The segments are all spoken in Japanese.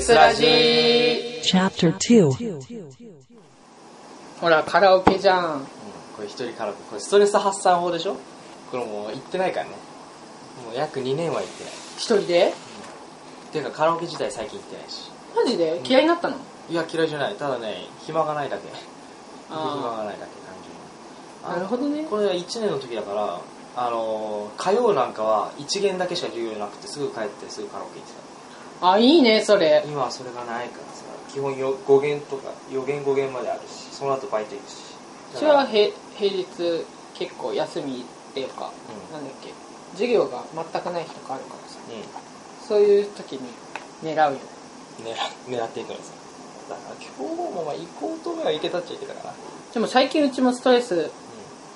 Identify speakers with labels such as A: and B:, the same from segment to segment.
A: スラジー
B: Chapter 2.
A: ほらカラオケじゃん
C: これ一人カラオケこれストレス発散法でしょこれもう行ってないからねもう約2年は行ってない
A: 一人で
C: っていうかカラオケ自体最近行ってないし
A: マジで嫌いになったの、
C: いや嫌いじゃないただね暇がないだけ暇
A: あ
C: がないだけ単
A: あ
C: 純に
A: なるほどね
C: これは1年の時だからあのー火曜なんかは1限だけしか授業なくてすぐ帰ってすぐカラオケ行って
A: あいいねそれ
C: た今はそれがないからさ基本よ5限とか4限5限まであるしその後バイト行くしだ
A: そ
C: か
A: れは
C: ら
A: へ平日結構休みっていうか、
C: うん
A: なんだっけ授業が全くない日とかあるからさ
C: うん
A: そういう時に狙うよね
C: 狙狙っていくのさだから今日もまあ行こうと思えば行けたっちゃ行けたかな
A: でも最近うちもストレス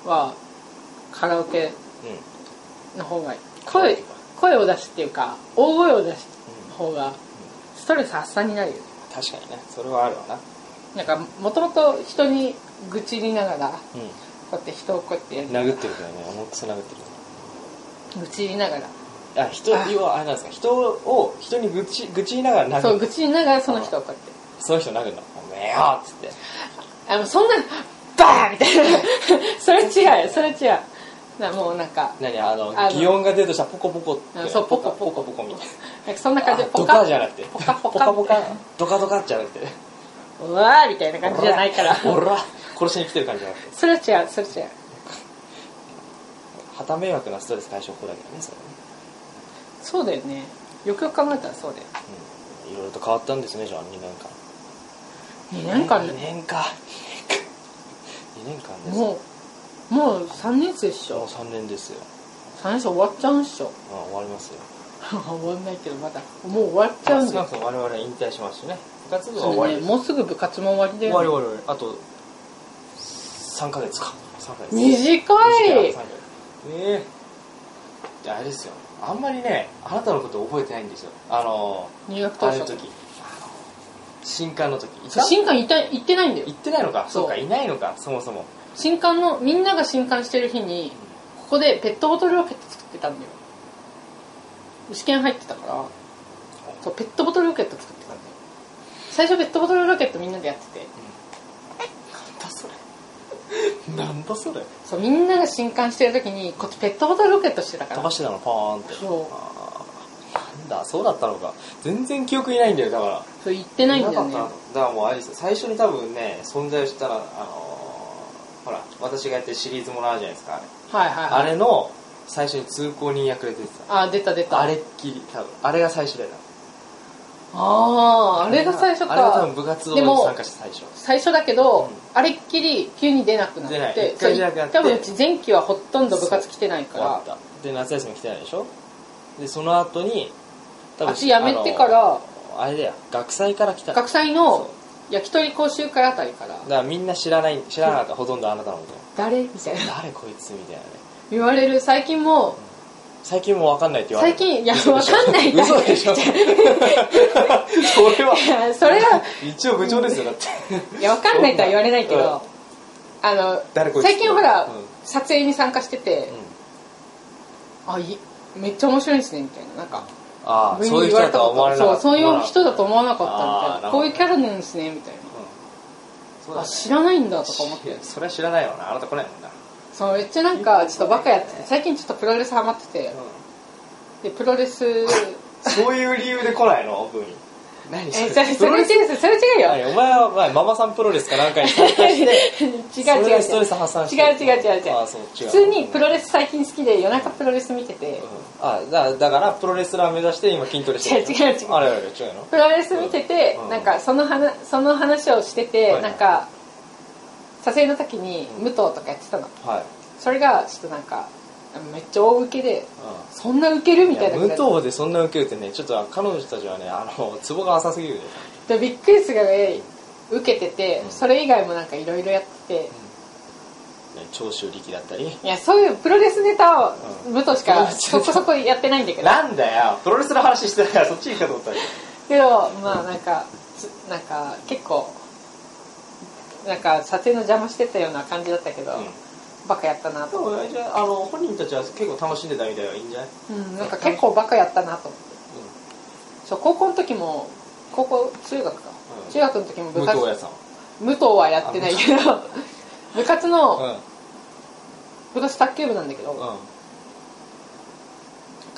A: はカラオ
C: う
A: ケ
C: ん、うん、
A: の方がいい
C: カラオケ
A: 声
C: か
A: 声を出しっていうか大声を出し
C: うん
A: の方がストレス発散になるよね
C: 確かにねそれはあるわな
A: なんかもともと人に愚痴りながら
C: う
A: こうやって人をこうやってやる
C: 殴ってるからね重くそ殴ってる
A: 愚痴りながら
C: あ人
A: あ
C: 要はあれなんですか人を人に愚痴愚痴言いながら
A: そ
C: 殴
A: う
C: る
A: 愚痴りながらその人をこうやって
C: その人殴るの「おめえよ」っつって
A: あもうそんなバーンみたいなそれ違うそれ違うなもうなんか
C: 何あの
A: あの
C: 擬音が出るとしたらポコポコっ
A: うん
C: て
A: そうポ
C: カ
A: コポコ
C: ポコポコみたいな
A: なんかそんな感じで
C: あドカじゃなくて
A: ポカポ
C: ポ
A: カ
C: カポカドカドカじゃなくて
A: うわーみたいな感じじゃないから
C: おら殺しに来てる感じじゃなくて
A: それは違うそれは違う
C: はた迷惑なストレス解消法だけどねそれはね
A: そうだよねよくよく考えたらそうだよ
C: うんいろいろと変わったんですねじゃあ2年間
A: 2年間
C: 2年か2年間です
A: もうもう3年生っし
C: もう
A: ょ
C: 3年ですよ、
A: 3年生終わっちゃうんっしょ
C: まあ、終わりますよ
A: 終わんないけどまだもう終わっち
C: ま
A: ゃう
C: あ
A: ん
C: 少
A: だ
C: な
A: よ
C: くとも我々は引退しますしね部活動は終
A: そ
C: わ
A: う
C: り
A: だ
C: です
A: ねもうすぐ部活も終わりだ
C: 終わり
A: よね
C: 終わり終わりあと3ヶ月か3ヶ月
A: 短
C: 短
A: い
C: いええであれですよあんまりねあなたのこと覚えてないんですよあの
A: 入学当
C: あれの
A: 初
C: 時新刊の時い
A: そ
C: た
A: う新刊いた行ってないんだよ
C: 行ってないのか
A: そう
C: そうかいないのかそもそも
A: 新刊のみんなが新刊してる日にここでペットボトルロケット作ってたんだよ牛犬入ってたからそうペットボトルロケット作ってたんだよ最初ペットボトルロケットみんなでやってて
C: なんだそれ なんだそれ
A: そうみんなが新刊してる時にこっちペットボトルロケットしてたか
C: 飛
A: ら
C: ばしてたのパーンって
A: そう
C: あーなんだそうだったのか全然記憶にないんだよだから
A: そう行ってないんだよね
C: かったのだからもうあれですよ最初に多分ね存在したらあのーほら私がやってるシリーズものあるじゃないですかあれ,、
A: はいはいはい
C: あれの最初に通行人役で出て
A: あ出た出
C: た
A: た
C: あれっきり多分あれが最初だよ
A: あああれが最初
C: あれが多
A: か
C: 分部活動
A: でも
C: に参加した最初
A: 最初だけど、
C: うん
A: あれっきり急に出なくな
C: 出な
A: っ
C: い
A: て
C: 一回出なくなって
A: そう多分うち前期はほとんど部活来てないか
C: 終わ
A: ら
C: ったで夏休み来てないでしょでその後に多
A: あっち辞めてか
C: あ
A: ら
C: のあれだよ学祭から来た
A: 学祭の焼き鳥講習会あたりから
C: だからみんな知らない知らなかったほとんどあなたのこ
A: 誰みたいな
C: と誰こいつみたいなね
A: 言われる最近も
C: 最近もう分かんないって言われ
A: 最
C: る
A: 近いやわかんないんだ
C: 嘘でしょそれ
A: い
C: は
A: や それは
C: 一応部長ですよだって
A: いやわかんないとは言われないけどあの
C: 誰こいつ
A: 最近ほら、
C: うん
A: 撮影に参加してて
C: う、ん
A: あいめっちゃ面白いですねみたいななんか
C: ああ
A: 上に
C: そういう人だとは思われなかっ
A: そう
C: た
A: そういう人だと思わなかったみたい
C: あーな
A: な
C: る
A: こ
C: ほど
A: ういうキャラなんですねみたいな
C: そうだ
A: あ
C: ね
A: 知らないんだとか思って
C: いやそれは知らないわなあなた来ないもんな
A: そうめっちゃなんかちょっとバカやってて最近ちょっとプロレスハマっててでプロレスえ
C: そういう理由で来ないの部に何
A: それそ
C: プロ
A: れ
C: レス
A: 違うそれ違うよ
C: 何お前は前ママさんプロレスかなんかに参加して
A: 違う違う違う
C: それでストレス発散して
A: 違う違う違う違う
C: ああそう違う
A: 普通にプロレス最近好きで夜中プロレス見てて、
C: うんあだだからプロレスラー目指して今筋トレしてる
A: 違う違う違う
C: あれあれ違うの
A: プロレス見てて、
C: うん
A: なんかその話その話をしてて、
C: はい
A: なんか撮影の時に
C: うん
A: 武藤とかやってたの
C: はい
A: それがちょっとなんかめっちゃ大受けで
C: うん
A: そんな受けるみ
C: い
A: た
C: や
A: いな
C: 武
A: で
C: 藤でそんな受けるってねちょっと彼女たちはねあのツボが浅すぎるで
A: でびっくりするぐらい受けてて、
C: うん
A: それ以外もなんかいろいろやってて、
C: 長州力だったり
A: いやそういうプロレスネタを
C: う
A: 武藤し
C: プロ
A: か
C: レス
A: そこそこやってないんだけど
C: なんだよプロレスの話してたからそっち行くかと思ったけど
A: けどまあなんかつなんか結構なんか撮影の邪魔してたような感じだったけど、バカやったなと、
C: でもじゃああの本人たちは結構楽しんでたみたいはいいんじゃない
A: うん、なんか結構バカやったなと思ってそう高校の時も高校中学か、
C: うん
A: 中学の時も部
C: 武
A: 活
C: 藤屋さん
A: 武藤はやってないけど 部活の、
C: うん
A: 部活卓球部なんだけど、
C: うん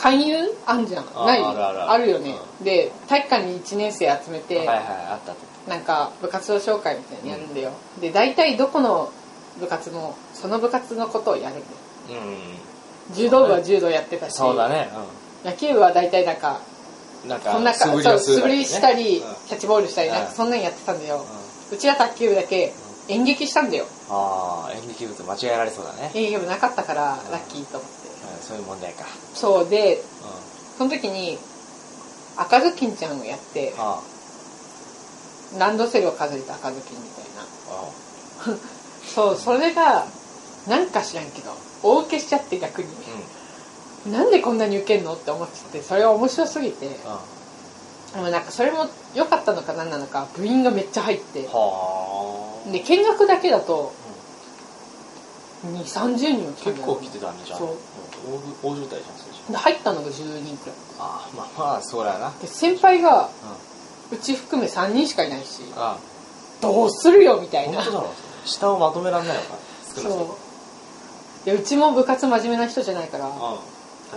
A: 勧誘あんじゃん
C: あ
A: ない
C: あるあるある
A: よね、で体育館に1年生集め
C: は
A: て、
C: いはいあったあった
A: なんか部活動紹介みたいにやるんだよ、で大体どこの部活もその部活のことをやるんだよ
C: うん
A: 柔道部は柔道やってたし、
C: そうだね
A: 野球部は大体なんか
C: うんなんか
A: そんなか
C: 素振り
A: そ
C: を
A: う
C: する
A: 素振りしたり、
C: うんうん
A: キャッチボールしたり
C: うん
A: なんかそんなんやってたんだよ、うちら卓球部だけ演劇したんだよ
C: ああ演劇部と間違えられそうだね
A: 演劇部なかったから
C: うん
A: ラッキーと思って
C: うんそういう問題か
A: そうで
C: うん
A: その時に赤ずきんちゃんをやって
C: あ
A: ランドセルを飾りた赤ずきんみたいな
C: ああ
A: そうそれがなんか知らんけど大受けしちゃって逆に
C: あうん
A: なんでこんなに受けんのって思っててそれは面白すぎて
C: う
A: でもなんかそれも良かったのか何なのか部員がめっちゃ入って
C: んはあ
A: で見学だけだと2 3 0人は来たん
C: 結
A: だよ
C: 構来てたんじゃん
A: そう
C: うん大大渋滞じゃんそれじゃ
A: で入ったのが10人くらい
C: ああまあまあそうだよな
A: で先輩が
C: うん
A: うち含め3人しかいないし
C: ああ
A: どうするよみたい
C: 本
A: な
C: 当だろ下をまとめられないのか少なくとも
A: そうでうちも部活真面目な人じゃないから
C: うん確か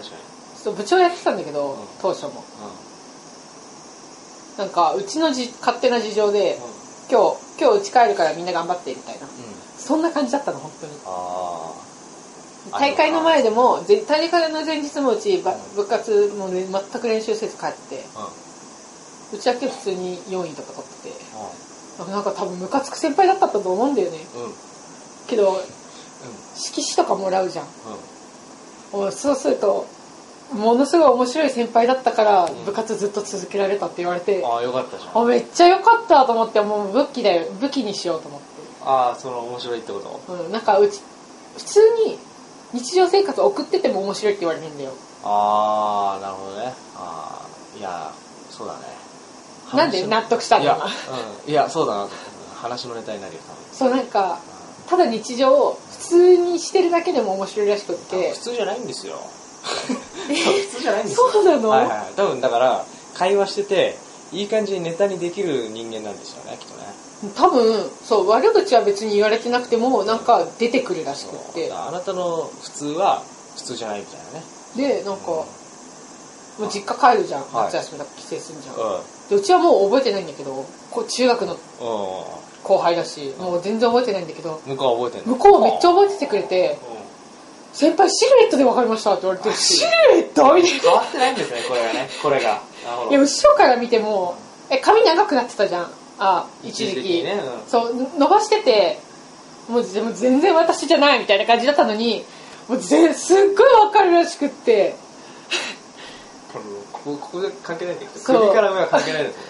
C: に
A: そう部長やってたんだけど、
C: うん
A: 当初も
C: うん
A: なんかうちのじ勝手な事情で、今日今日うち帰るからみんな頑張ってみたいな
C: うん
A: そんな感じだったの本当に
C: ああ
A: 大会の前でもぜ大会の前日もうちば部活も、ね、全く練習せず帰って
C: うんうん
A: うちだけ普通に4位とか取っててなんか多分ムカつく先輩だったと思うんだよね
C: うんうん
A: けど色紙とかもらうじゃんおそうするとものすごい面白い先輩だったから
C: ん
A: 部活ずっと続けられたって言われて、
C: うんああよかったじゃん
A: あめっちゃ良かったと思ってもう武器だよ武器にしようと思っ
C: ああその面白いってこと
A: て、うん、なんかうち普通に日常生活送ってても面白いって言われるんだよ
C: ああなるほどねああいやそうだね
A: なんで
C: 話の
A: 納得したん
C: い
A: だ
C: や
A: ろうな
C: うんいやそうだなと思った話のネタになるよ多分
A: そうなんかただ日常を普通にしてるだけでも面白いらしくっ
C: 多分
A: て
C: 普通じゃないんですよ
A: え
C: 普通じゃないんですよ
A: そうなの、
C: はいはい多分だから会話してていい感じにネタにできる人間なんですよねきっとね
A: 多分そう悪口は別に言われてなくてもなんか出てくるらしくっ
C: だ
A: て
C: からあなたの普通は普通じゃないみたいなね
A: でなんか、
C: うん
A: もう実家帰るじゃん
C: はい
A: 夏休みだから帰省するじゃん、
C: うん
A: でうちはもう覚えてないんだけどこう中学の
C: うん
A: 後輩だしもう全然覚えてないんだけど
C: 向こうは覚えてんの
A: 向こうめっちゃ覚えててくれて「先輩シルエットで分かりました」って言われて「シルエット?」みたい
C: 変わってないんですねこれがねこれがなるほ
A: な
C: ど
A: いや後ろから見てもえ髪長くなってたじゃんあ一時期
C: 一時期ねうん
A: そう伸ばしててもうでも全然私じゃないみたいな感じだったのにもう全すっごい分かるらしくって
C: このここここで関係ないんだけど
A: そう
C: 首から上は関係ないですね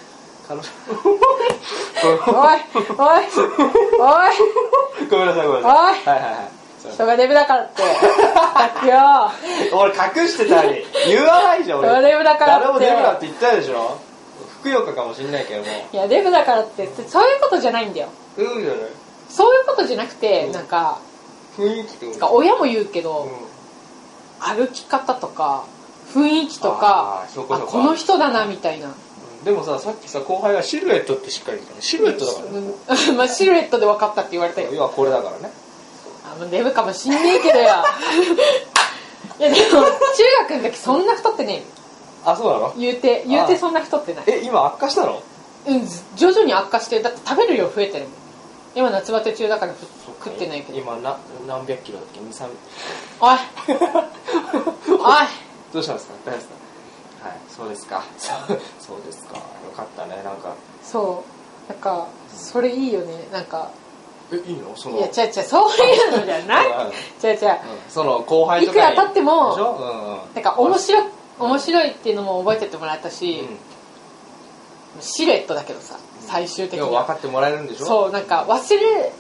C: 彼女
A: 「おい
C: こ
A: おいおい
C: の ごめんなさいごめんなさいは
A: おい
C: いはいはいそう
A: 人がデブだからって抱くよ
C: 俺隠してた り言わないじゃん
A: 人が
C: 俺
A: デブだからって
C: 誰もデブだって言ったでしょふくよかかもしんないけども
A: いやデブだからってってそういうことじゃないんだよ
C: うんじゃない
A: そういうことじゃなくて、
C: うん
A: なんか
C: 雰囲気ってこと
A: なんか親も言うけど、
C: う
A: 歩き方とか雰囲気とか
C: あーそうかそうか
A: この人だなみたいな、
C: んでもささっきさ後輩がシルエットってしっかり言ったねシルエットだからね
A: うんまあ、シルエットで分かったって言われたよ
C: 要はこれだからね
A: あもうデブかもしんねえけどよいやでも中学の時そんな太ってねえよ
C: あそうなの
A: 言うて言う
C: あ
A: て
C: ー
A: そんな太ってない
C: え今悪化したの
A: うん徐々に悪化してだって食べる量増えてるもん今夏バテ中だからふ食ってないけど
C: 今な何百キロだっけ23
A: おいおい
C: どうしたんですか大丈夫ですかはいそうですかそうそうですかよかったねなんか
A: そうなんかそれいいよねなんか
C: えいいのそ
A: い
C: の
A: や違う違うそういうのじゃない
C: うん
A: 違う違う
C: うんその後輩とかに
A: いくら経っても
C: でしょうんうん
A: なんか面白い面白いっていうのも覚えてってもらったし、シルエットだけどさ最終
C: うん、
A: 的
C: よ
A: に
C: う分かってもらえるんでしょう、
A: そうなんか忘れ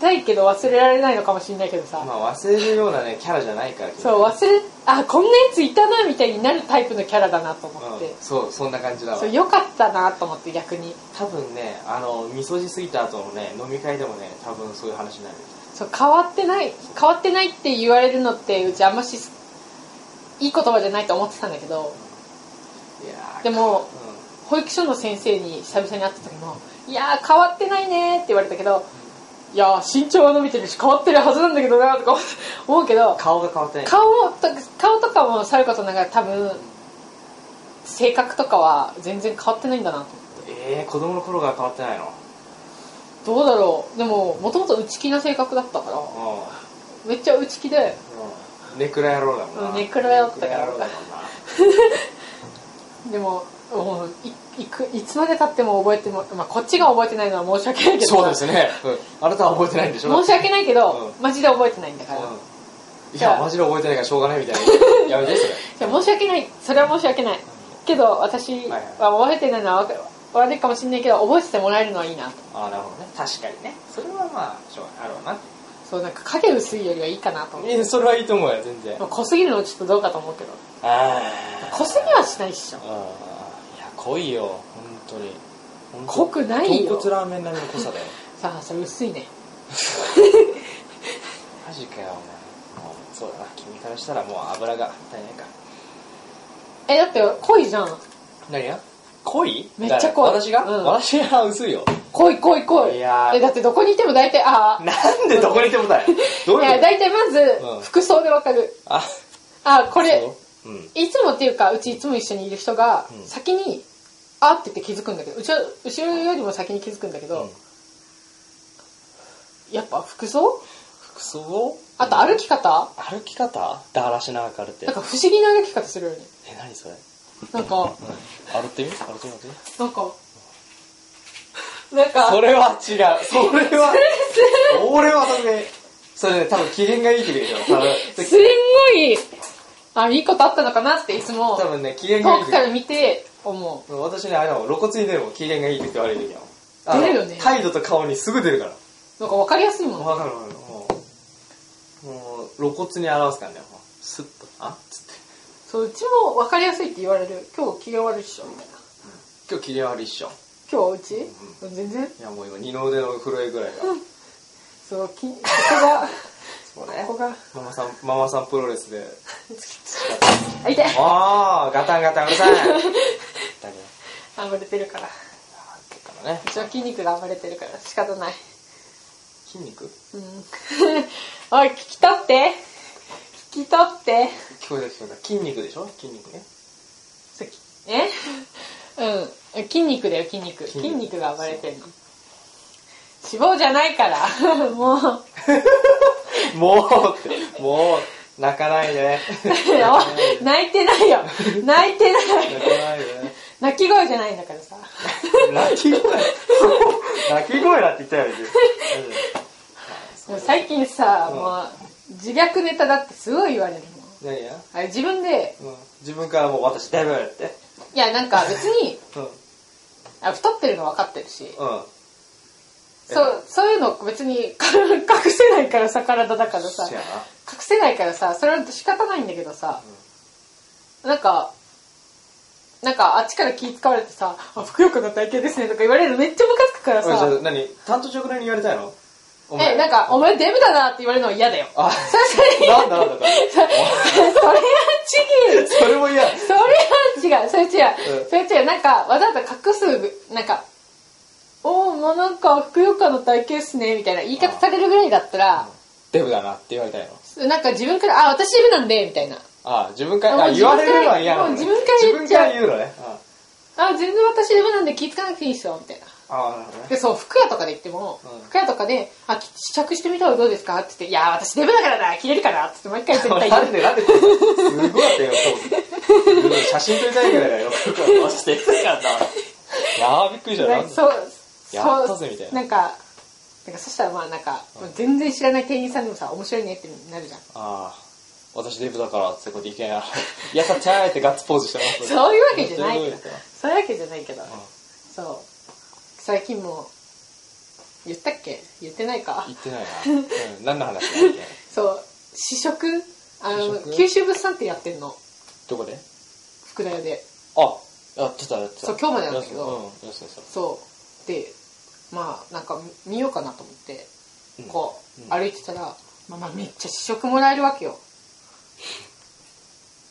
A: たいけど忘れられないのかもしれないけどさ、
C: ん、まあ忘れるようなねキャラじゃないから君
A: そう忘れあこんなやついたなみたいになるタイプのキャラだなと思って
C: うん、そうそんな感じだわ
A: そうよかったなと思って逆に
C: 多分ねあの味噌汁過ぎた後のね飲み会でもね多分そういう話になる
A: そう変わってない変わってないって言われるのってうちあんましいい言葉じゃないと思ってたんだけど
C: いやー
A: でも
C: うん
A: 保育所の先生に久々に会った時も「いやー変わってないね」って言われたけど「いやー身長は伸びてるし変わってるはずなんだけどな」とか思うけど
C: 顔が変わってない
A: 顔もと顔とかもさることながら多分性格とかは全然変わってないんだなと思って
C: えー、子供の頃が変わってないの
A: どうだろうでももともと内気な性格だったから
C: う
A: めっちゃ内気で
C: んうんネクラ野郎だもんな
A: うんネクラだったから
C: ネクラ野郎だもんな
A: でももういいくいつまでたっても覚えても、まあ、こっちが覚えてないのは申し訳ないけどさ
C: そうですね、うんあなたは覚えてないんでしょ
A: 申し訳ないけど、
C: う
A: マジで覚えてないんだから、
C: うんい
A: じゃ
C: や
A: あ
C: マジで覚えてないからしょうがないみたいなやめてそれ
A: じゃあ申し訳ないそれは申し訳ないけど私
C: はい
A: は覚えてないのはわか悪いかもしれないけど覚えててもらえるのはいいなと
C: ああなるほどね確かにねそれはまあしょうがないあるわ
A: そうなんか影薄いよりはいいかなと思っ
C: な
A: て
C: いやそれはいいと思うよ全然
A: まあ濃すぎるのはちょっとどうかと思うけど
C: ああ
A: 濃すぎはしないっしょ
C: うんいや濃いよ本当に本当
A: 濃くないよ
C: 豚骨ラーメン並みの濃さだよ
A: さあそれ薄いね
C: マジかよお前もうそうだな君からしたらもう油が足りないか
A: えだって濃いじゃん
C: 何が濃い
A: めっちゃ濃い
C: 誰私が、
A: うん
C: 私が薄いよ
A: 濃い濃い濃い
C: いやー
A: えだってどこにいても大体ああ
C: なんでどこにいてもだよどう
A: い
C: いうこ
A: や
C: と
A: 大体ま
C: うん
A: ず服装でわかる、
C: あ
A: あこれ
C: そううん
A: いつもっていうかうちいつも一緒にいる人が
C: うん
A: 先に、あって言って気づくんだけどうちは後ろよりも先に気づくんだけど、
C: うん
A: やっぱ服装
C: 服装を
A: あと歩き方
C: 歩き方だらしながらって
A: なんか不思議な歩き方するよね
C: え何それ
A: なんか
C: 歩ってみ歩ってみ歩ってみ
A: なんかなんか
C: それは違うそれは俺はだねそれね多分機嫌がいい時でしょ多分
A: すんごいあいいことあったのかなっていつも
C: 多分ね機嫌がい
A: 遠
C: い
A: くか
C: 時
A: ら見て思
C: 私ねあれだもん露骨に出るもん機嫌がいい時と悪い時だもんあの
A: 出るよね
C: 態度と顔にすぐ出るから
A: うなんか分かりやすいもん
C: わかるわかるもうもう露骨に表すからねもうスッとあっつって
A: そううちも分かりやすいって言われる今日機嫌悪いっしょみたいな
C: 今日機嫌悪いっしょ
A: 今日はうち、全然
C: いやもう今二の腕の震えぐらいが
A: そうきこ こが
C: そ
A: ここが
C: ママさんママさんプロレスで
A: あ痛い
C: ああガタンガタンうる さいだけど
A: 暴れてるからう
C: だからね
A: ちは筋肉が暴れてるから仕方ない
C: 筋肉聞
A: うん おい聞き取って聞き取って
C: こえた聞こえた筋肉でしょ筋肉 ね
A: そきえうん筋肉だよ筋肉
C: 筋
A: 筋
C: 肉
A: 肉が暴れてるの脂肪じゃないから もう
C: もうってもう泣かないで
A: おい 泣いてないよ泣いてない
C: 泣かないで
A: 泣き声じゃないんだからさ
C: 泣き声泣き声だって言ったよ別に
A: でも最近さ、もう自虐ネタだってすごい言われるもん
C: 何や、
A: あれ自分で
C: うん、自分からもう私だいぶやって
A: いやなんか別に
C: うんうん
A: あ太ってるの分かってるしそ
C: え
A: うそういうの別に 隠せないからさ体だからさ
C: そや
A: 隠
C: な
A: せないからさそれは仕方ないんだけどさ、なんかなんかあっちから気使われてさ「あふくよかな体型ですね」とか言われるのめっちゃムカつくから
C: おいじゃあ
A: さ
C: 何担当直来に言われたいのお
A: えなんか「お前デブだな」って言われるのは嫌だよ
C: あ
A: それそれ
C: なんだなんだ
A: それは違う
C: それも嫌
A: それは違うそれ違
C: う
A: うんそれ違うなんかわざわざ隠すなんか「おおもうなんかふくよかな体型っすね」みたいな言い方されるぐらいだったら
C: デブだなって言われたいの
A: なんか自分から「あ私指なんで」みたいな
C: ああ自分から
A: もう
C: あ言われるのは嫌なの、ね、
A: 自分からもう自分か
C: 自分か
A: ら
C: ら言うのね
A: 「あ全然私指なんで気ぃつかなくていいっすよ」みたいな
C: ああなるほどね
A: でそう服屋とかで言っても、
C: うん
A: 服屋とかで「あき試着してみたらどうですか?」って言って「いや私デブだからな着れるから」って言って毎回絶対言
C: なんでなんでですごいあったよそう写真撮りたいぐらいだ よマジでやったいやーびっくりした
A: う
C: な
A: なんん
C: で
A: かそう
C: やったぜみたいなん
A: かなんかそしたらまあなんか、全然知らない店員さんでもさ面白いねってなるじゃん
C: ああ私デブだからってこといけないやったちゃーってガッツポーズしてます
A: そういうわけじゃないけど
C: そううわ
A: そういうわけじゃないけど、そう最近も言ったっけ言ってないか
C: 言ってないな、うん、何の話だっけ
A: そう試食あの
C: 試食
A: 九州物産ってやってんの
C: どこで
A: 福田屋で
C: あやってたやってた
A: そう今日までなんだけど
C: うんやってたやってた
A: そうでまあなんか見ようかなと思って
C: うんう
A: こう、
C: ん
A: 歩いてたら、まあ、まあめっちゃ試食もらえるわけよ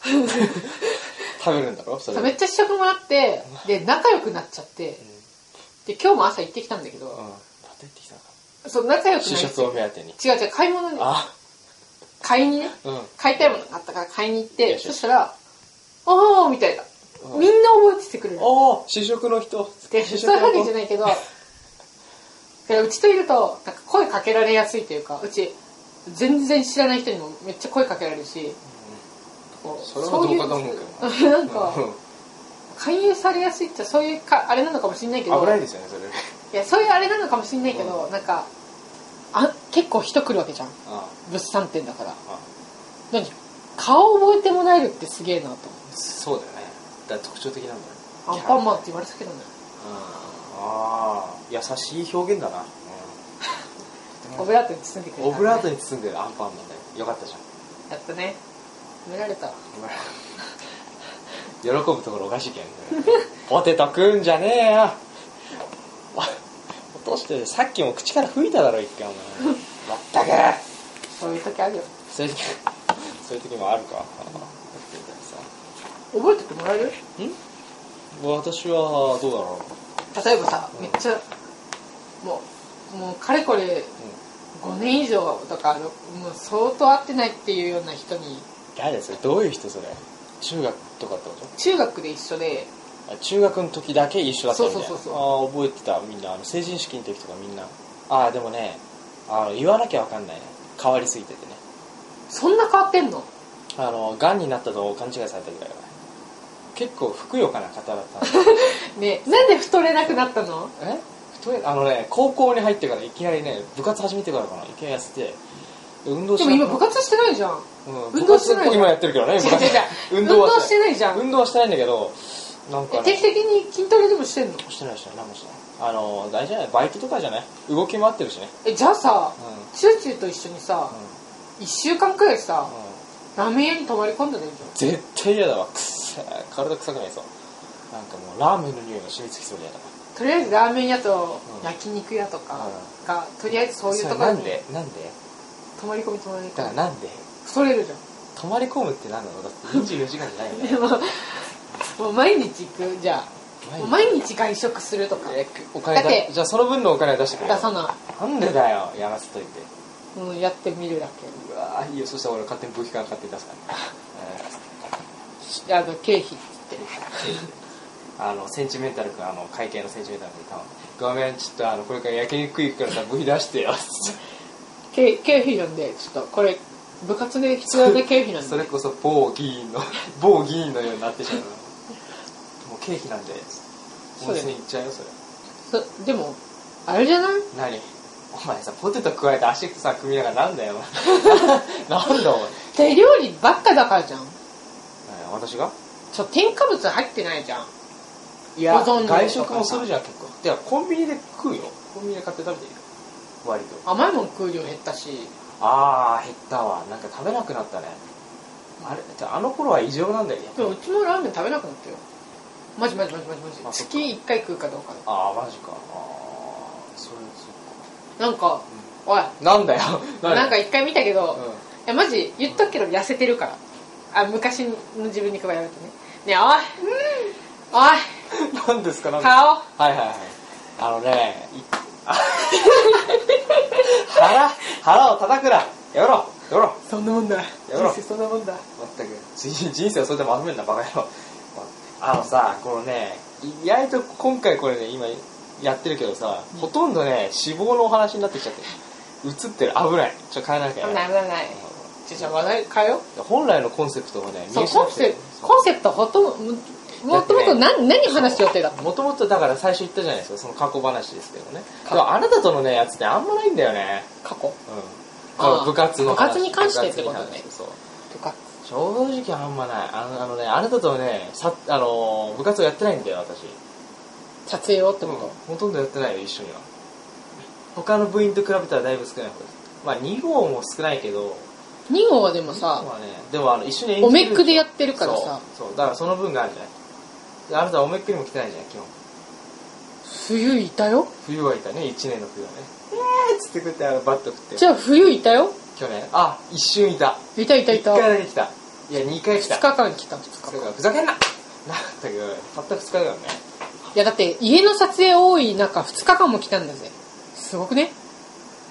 C: 食べるんだろそれ
A: めっちゃ試食もらってで仲良くなっちゃってで今日も朝行ってきたんだけ
C: うん
A: ど、
C: また行ってきたのか
A: そう仲良くな
C: 就
A: っ
C: 職を目当てに
A: 違う違う買い物に
C: あ
A: 買いにね
C: うん
A: 買いたいものがあったから買いに行っ
C: よし
A: て
C: よし
A: そしたら「おお」みたいな
C: うん
A: みんな覚えててくれる
C: おー試食の人
A: で
C: 試
A: そういうわけじゃ
C: い
A: ないけどだからうちといるとなんか声かけられやすいというかうち全然知らない人にもめっちゃ声かけられるし、こう
C: それはどうかと思うけど
A: そういうなんか
C: うん
A: 勧誘されやすいっちゃそういうかあれなのかもしれないけど
C: 危ないですよねそれ
A: いやそういうあれなのかもしれないけど、なんかあ結構人来るわけじゃん
C: あ
A: 物産展だから
C: あ
A: 何顔覚えてもらえるってすげえなと思って
C: そうだよねだから特徴的なんだよ
A: アンパンマンって言われたけどね
C: うんああ優しい表現だな
A: オブラートに包んでくれた、
C: オブラートに包んでるアンパンマンだよよかったじゃん
A: やったね褒められた
C: 喜ぶところおかしいけんねポテト食うんじゃねえよお落としてさっきも口から吹いただろ一回お前まったく
A: そういう時あるよ
C: そういう時そういう時もあるか
A: 覚えててもらえる
C: 私はどうだろ
A: 例えばさ
C: うん
A: めっちゃもうもうかれこれ
C: う、
A: 5年以上とかろもう相当会ってないっていうような人に
C: 誰それどういう人それ中学とかってこと
A: 中学で一緒で
C: あ中学の時だけ一緒だったみたいな
A: そうそうそうそう
C: ああ覚えてたみんなあの成人式の時とかみんなああでもねあの言わなきゃわかんないね変わりすぎててね
A: そんな変わってんの
C: あのがんになったと勘違いされたぐらいだね結構ふくよかな方だったんで
A: ねなんで太れなくなったの
C: え太いあのね高校に入ってからいきなりね部活始めてからかないきなり痩せて運動し
A: で
C: な
A: も今部活してないじゃん
C: うん、
A: 運
C: 部
A: 動して
C: 活
A: ないじゃん
C: 今やってるけどね
A: 違う違う違う運
C: 運動は
A: 動してないじゃん
C: 運動はしてないんだけどなんか
A: え
C: ね
A: 定期的に筋トレでもしてんの
C: してないしてない何もしてないあの大事じゃないバイトとかじゃない動き回ってるしね
A: えじゃあさ
C: うんうん
A: チューチューと一緒にさ1週間くらいさ
C: うん
A: ラーメン屋に泊まり込んだらいいじゃん
C: 絶対嫌だわくっせー体臭くないぞなんかもうラーメンの匂いが染みつきそうで嫌だわ
A: とりあえずラーメン屋と
C: うん
A: 焼肉屋とかが、とりあえずそういうと
C: そ
A: こ
C: れな
A: ろ
C: ん
A: に
C: でなんで
A: 泊まり込み泊まり
C: だか
A: 込
C: ら
A: み
C: なんで
A: 太れるじゃん
C: 泊まり込むって何なのだって24時間じゃないよね
A: もうもう毎日行くじゃあもう毎日外食するとか
C: えお金
A: だって
C: だじゃあその分のお金は出してくれ
A: 出
C: よ
A: さな
C: なんでだよやらせといて
A: い、うん、やってみるだ
C: うわーいいよそしたら俺勝手に武器館買って出すからね、
A: けあの経費っつって
C: えーあのセンチメンタル君あの会計のセンチメンタル君頼むごめんちょっとあのこれから焼肉行くからさ部費出してよ
A: 経経費なんでちょっとこれ部活で必要な経費なん
C: それ
A: で
C: こそ某議員の 某議員のようになってしまうなもう経費なんで
A: そう
C: 温
A: だよね
C: 泉行っちゃうよそれ
A: そでもあれじゃない
C: 何お前さポテト加えて足さ組みながらなんだよ なんだお前
A: 手料理ばっかだからじゃん
C: 何私が
A: ちょ添加物入ってないじゃん
C: い
A: や
C: 外食もするじゃん結構てかコンビニで食うよコンビニで買って食べていいよ割と
A: 甘いもん食う量減ったし
C: ああ減ったわなんか食べなくなったねあれじゃああの頃は異常なんだよね
A: でもうちもラーメン食べなくなったよマジマジマジマジマ
C: あ
A: ジ
C: そっか
A: 月1回食うかどうかで
C: ああマジかああそれそ
A: なんか、おい
C: っかなんだよ
A: なんか
C: い
A: 1回見たけど、
C: うん
A: いやマジ言っとくけど痩せてるからあ昔の自分に比べるとねねえおい、おい
C: 何ですかなん ですか
A: 顔
C: はいはいはいあのねい 腹腹を叩くなやめろやめろ
A: そんなもんだ
C: やめろ
A: 人生そんなもんだ
C: 全く人人生はそれでまとめんなバカ野郎あのさこのね意外と今回これね今やってるけどさ、ほとんどね脂肪のお話になってきちゃってる映ってる危ないちょっと変えなき
A: 危
C: ゃ
A: ない危ない危ないじゃあじゃあ話題変えよう
C: 本来のコンセプトをね
A: そう
C: 失
A: コ
C: っ
A: ン
C: て
A: セ
C: る
A: プトコンセプトほとんどももともと何何話す予定だった
C: もともとだから最初言ったじゃないですかその過去話ですけどねでもあなたとのねやつってあんまないんだよね
A: 過去
C: うん
A: あー
C: この部活の話
A: 部活に関してってことね
C: 部活に関してそう
A: とか
C: 正直あんまないあのあのねあなたとはねさあのー部活をやってないんだよ私
A: 撮影をって
C: うん
A: こ
C: ほとんどやってないよ一緒には他の部員と比べたらだいぶ少ない方ですまあ2号も少ないけど
A: と、2号はでもさ
C: まあねでもあの一緒に演
A: おめっ
C: る
A: くでやってるからさ
C: そうそうだからその分があるじゃないであなたはおめっくにも来てないじゃん基本
A: 冬いたよ
C: 冬はいたね1年の冬はねえーっつってくってあのバット振って
A: じゃあ冬いたよ
C: 去年あ一瞬いた
A: いたいたい
C: 一
A: た
C: 回だけ来たいや2回来た
A: 2日間来たんですか
C: だからふざけんななかったけどたった2日だよね
A: いやだって家の撮影多い中2日間も来たんだぜすごくね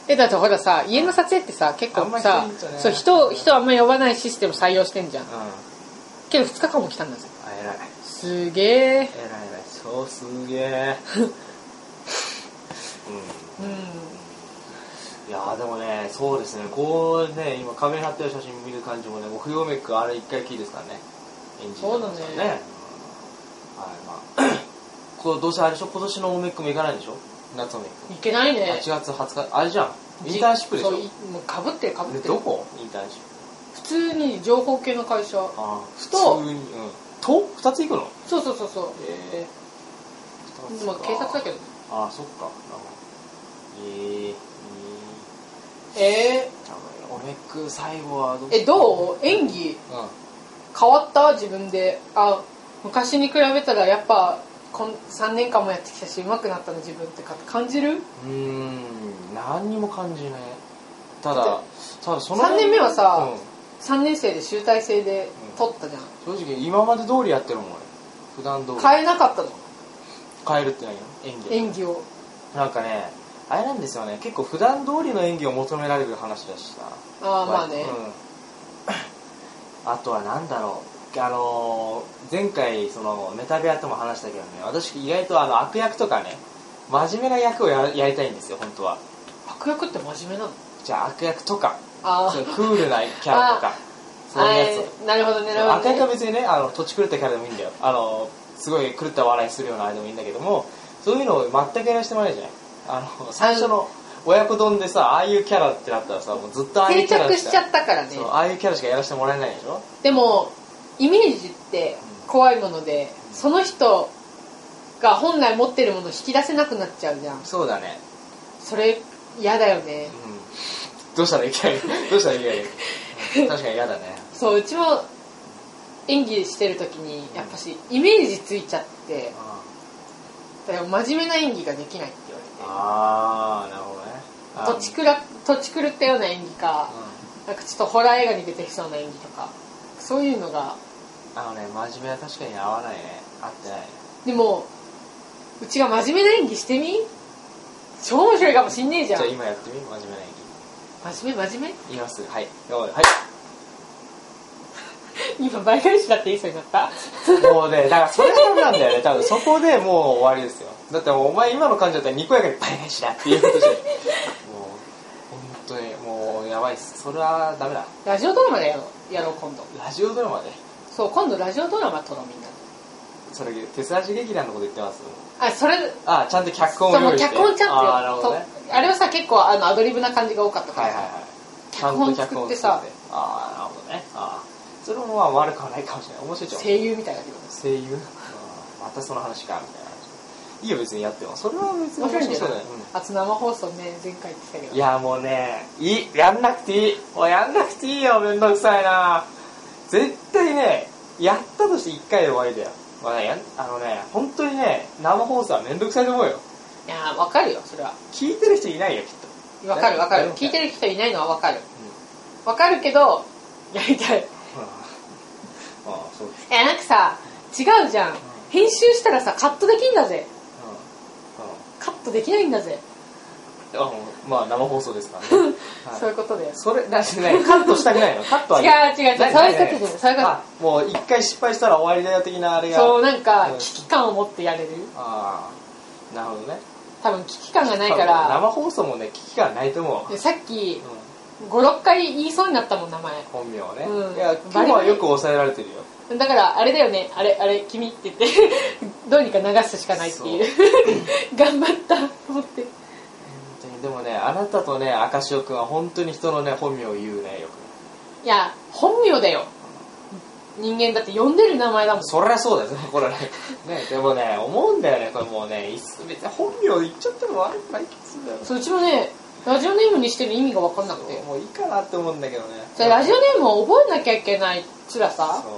A: えだってほらさ家の撮影ってさ結構
C: あ
A: さ
C: んまり人いるとね
A: そう人人あんま呼ばないシステム採用してんじゃん
C: うんあ
A: けど2日間も来たんだぜ
C: 偉い
A: すげえ
C: 偉い偉いそうすげえ うん
A: うん
C: いやーでもねそうですねこうね今仮面貼ってる写真見る感じもね僕ヨメックあれ一回きりですからねエンジニアの皆さん
A: そうだね
C: はいまあ こうどうせあれでしょ今年のオメックも行かないんでしょ夏オメック
A: いけないね
C: 8月20日あれじゃんインターンシップでしょ
A: そういもうかぶってるかぶっ
C: で
A: てる
C: どこインターンシップ
A: 普通に情報系の会社
C: ああ
A: ふと
C: 普通にうんと2つ行くの
A: そうそうそうそう
C: ええ
A: でも警察だけど
C: ああそっかなるほどええ
A: え
C: オメック最後はど
A: ー、えどう演技
C: うん
A: 変わった自分であ昔に比べたらやっぱこん3年間もやってきたし上手くなったの自分ってか感じる
C: うーん何にも感じないた
A: だっ
C: だただその
A: 3年目はさ
C: うん
A: 3年生で集大成で取ったじゃん
C: 正直今まで通りやってるもん俺普段通り
A: 変えなかったの
C: 変えるって何よ演技
A: 演技を
C: なんかねあれなんですよね結構普段通りの演技を求められる話だしさ
A: ああまあね、
C: うん、あとはなんだろうあのー前回そのメタ部屋とも話したけどね私意外とあの悪役とかね真面目な役をややりたいんですよ本当は
A: 悪役って真面目なの
C: じゃあ悪役とか
A: あ
C: そういう
A: ー
C: クールなキャラと かそういうやつを
A: あーなるほどねなるほ
C: 赤
A: ど
C: いは
A: ね
C: 別にねあの土地狂ったキャラでもいいんだよあのすごい狂った笑いするようなあれでもいいんだけどもそういうのを全くやらせてもらえないじゃないあの最初の親子丼でさああいうキャラってなったらさもうずっとああい
A: 定
C: うキャラ
A: 着
C: し
A: し
C: か
A: ちゃったからね
C: そうああいうキャラしかやらせてもらえないでしょ
A: でもイメージって怖いものでその人が本来持ってるものを引き出せなくなっちゃうじゃん
C: そうだね
A: それ嫌だよね
C: うんどうしたらい けないどうしたらいけないうん確かに嫌だね
A: そううちも演技してる時にやっぱしイメージついちゃってだから真面目な演技ができないって言われ
C: ああなるほどねあ
A: て土地狂土地狂ったような演技か
C: う
A: なんかちょっとホラー映画に出てきそうな演技とかそういうのが
C: んあのね真面目は確かに合わないね合ってないね
A: でもうちが真面目な演技してみ超面白いかもしんねえじ
C: じ
A: ゃ
C: ゃ
A: ん
C: あ今やってみ真面目な演技
A: 真面目真面目
C: 言いますはいよーいは
A: 今倍返しだって言いそうになった
C: いもうねだからそれがダメなんだよね多分そこでもう終わりですよだってもうお前今の感じだったらにこやかに「バイ返しだ」っていうことじゃんもう本当にもうやばいっすそれはダメだ
A: ラジオドラマだよやろう今度
C: ラジオドラマで
A: そう今度ラジオドラマ撮ろうみんなで
C: それ手差し劇団のこと言ってます
A: あそれ
C: あちゃんと脚本を
A: そうも
C: 用
A: う
C: 意して
A: 脚本ちゃんと
C: あーなるほどね
A: あれはさ結構あのアドリブな感じが多かったか
C: はい
A: ら
C: はい
A: さ、
C: はいちゃんと脚
A: 脚本作
C: 本
A: っ
C: を
A: て
C: 作
A: さ
C: ってああなるほどねあーそれもまあ悪くはないかもしれない面白いじゃん
A: 声優みたいだけど
C: 声優あーまたその話かみたいな感じいいよ別にやってもそれは別に
A: 面白いんだ
C: そう
A: よ
C: だ
A: ね
C: よ、うん
A: あと生放送ね前回言ってたけど
C: いやもうねいいやんなくていいもうやんなくていいよめんどくさいな絶対ねやったとして1回で終わりだよ、まあね、やんあのね本当にね生放送はめんどくさいと思うよ
A: いやーわかるよそれは
C: 聞いてる人いないよきっと
A: わかるわかる
C: 誰も
A: 聞いてる人いないのはわかるわかるけどやりたい
C: うんああそうです、
A: いやなんかさ違うじゃん編集したらさカットできんだぜカットできないんだぜ、
C: うんうん、あまあ生放送ですから ね、はい
A: そういうことだよ
C: それだしねカットしたくないのカットは
A: 違う違う違う
C: ない
A: そういうことじゃないそういうこと
C: あもう一回失敗したら終わりだよ的なあれが
A: そうなんか
C: うん
A: 危機感を持ってやれる
C: ああなるほどね
A: 多分危機感がないか
C: 多分
A: ら
C: 生放送もね危機感ないと思う、
A: でさっき
C: うん
A: 56回言いそうになったもん名前
C: 本名をね、
A: うん
C: いや今日はよく抑えられてるよ
A: だからあれだよねあれあれ君って言 ってどうにか流すしかないっていう 頑張ったと思って
C: 本当にでもねあなたとね赤潮君は本当に人のね本名を言うねよく
A: いや本名だよ人間だって呼んでる名前だもん
C: そりゃそうだよねこれね ねでもね思うんだよねこれもうねいっそ別に本名言っちゃっても悪くない気するんだよね
A: そううちもねラジオネームにしてる意味が分かんなくて
C: もういいかなって思うんだけどね
A: じゃあラジオネームを覚えなきゃいけない辛さ
C: そ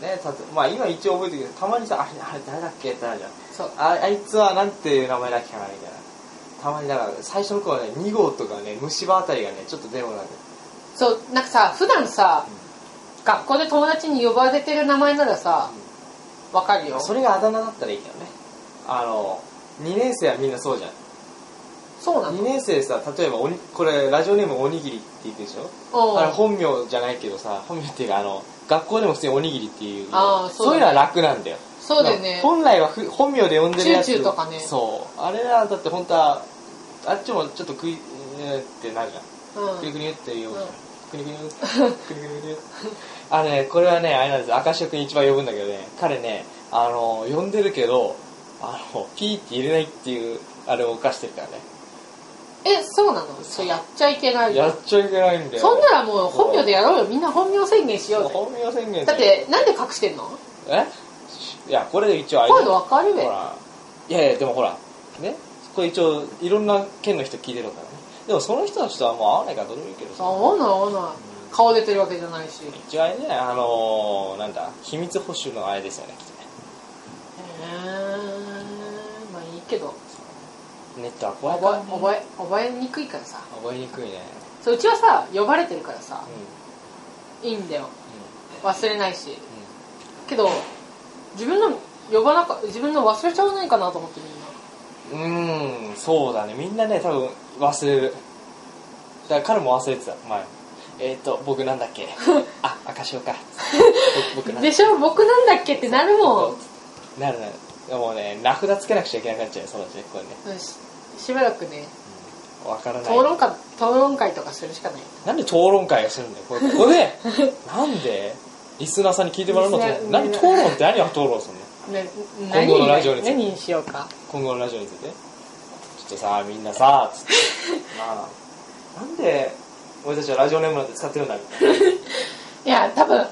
C: うねたとまあ今一応覚えてるけどたまにさあれあれ誰だっけってなるじゃん
A: そう
C: ああいつはなんていう名前だっけかなみたいなたまにだから最初の頃はね2号とかね虫歯あたりがねちょっと出るもなく
A: そうなんかさ普段さ、学校で友達に呼ばれてる名前ならさわかるよ
C: それがあだ名だったらいいけどねあの2年生はみんなそうじゃん
A: そうな
C: 2
A: の
C: 年生さ例えばおにこれラジオネームおにぎりって言ってるでしょ
A: おう
C: あれ本名じゃないけどさ本名っていうかあの学校でも普通におにぎりっていう
A: あー
C: そう
A: そうだね
C: いうのは楽なんだよ
A: そうだよね
C: 本来はふ本名で呼んでるやつ
A: チューチューとかね
C: そうあれらだって本当はあっちもちょっとクイーってなるじゃん
A: うん
C: クリクリって言うじゃん
A: うん
C: クリクリクリクリクリあのねこれはねあれなんです赤色に一番呼ぶんだけどね彼ねあの呼んでるけどあのピーって入れないっていうあれを犯してるからね
A: えそうなのそうやっちゃいけない
C: やっちゃいけないんだよ
A: そんならもう本名でやろうよみんな本名宣言しようぜ
C: 本名宣言
A: だってなんで隠してんの
C: えいやこれ一応あれ
A: 声がわかるべ
C: ほらいやいやでもほらねこれ一応いろんな県の人聞いてるからねでもその人たちとはもう会わないからどうでもいいけどさ
A: 合わない合わない顔出てるわけじゃないしへ
C: 一応あれねあのー、なんだ秘密保守のあれですよねきっとね
A: えまあいいけど
C: ネットは怖いから、
A: 覚
C: ね、
A: え覚え覚えにくいからさ
C: 覚えにくいね
A: そううちはさ呼ばれてるからさ
C: うん
A: いいんだよ
C: う
A: 忘れないし
C: ん
A: けど自分の呼ばなか自分の忘れちゃわないかなと思ってみんな
C: うーんそうだねみんなね多分忘れるだから彼も忘れてた前えっ、ー、と僕なんだっ けあ赤潮か僕僕なんだっけ
A: でしょ僕なんだっけってなるもん
C: なるなるもうね名札つけなくちゃいけなくなっちゃうよそのうちねこれね
A: うんししばらくね
C: わからない
A: 討論会討論会とかするしかない
C: なんで討論会をするんだよこれここで なんでリスナーさんに聞いてもらうのと
A: リスナー
C: 何討論って何を討論するの
A: ね
C: 今後のラジオに
A: 何何にしようか
C: 今後のラジオについてちょっとさみんなさつってまあなんで俺たちはラジオネームなんて使ってるんだみたいない
A: や多分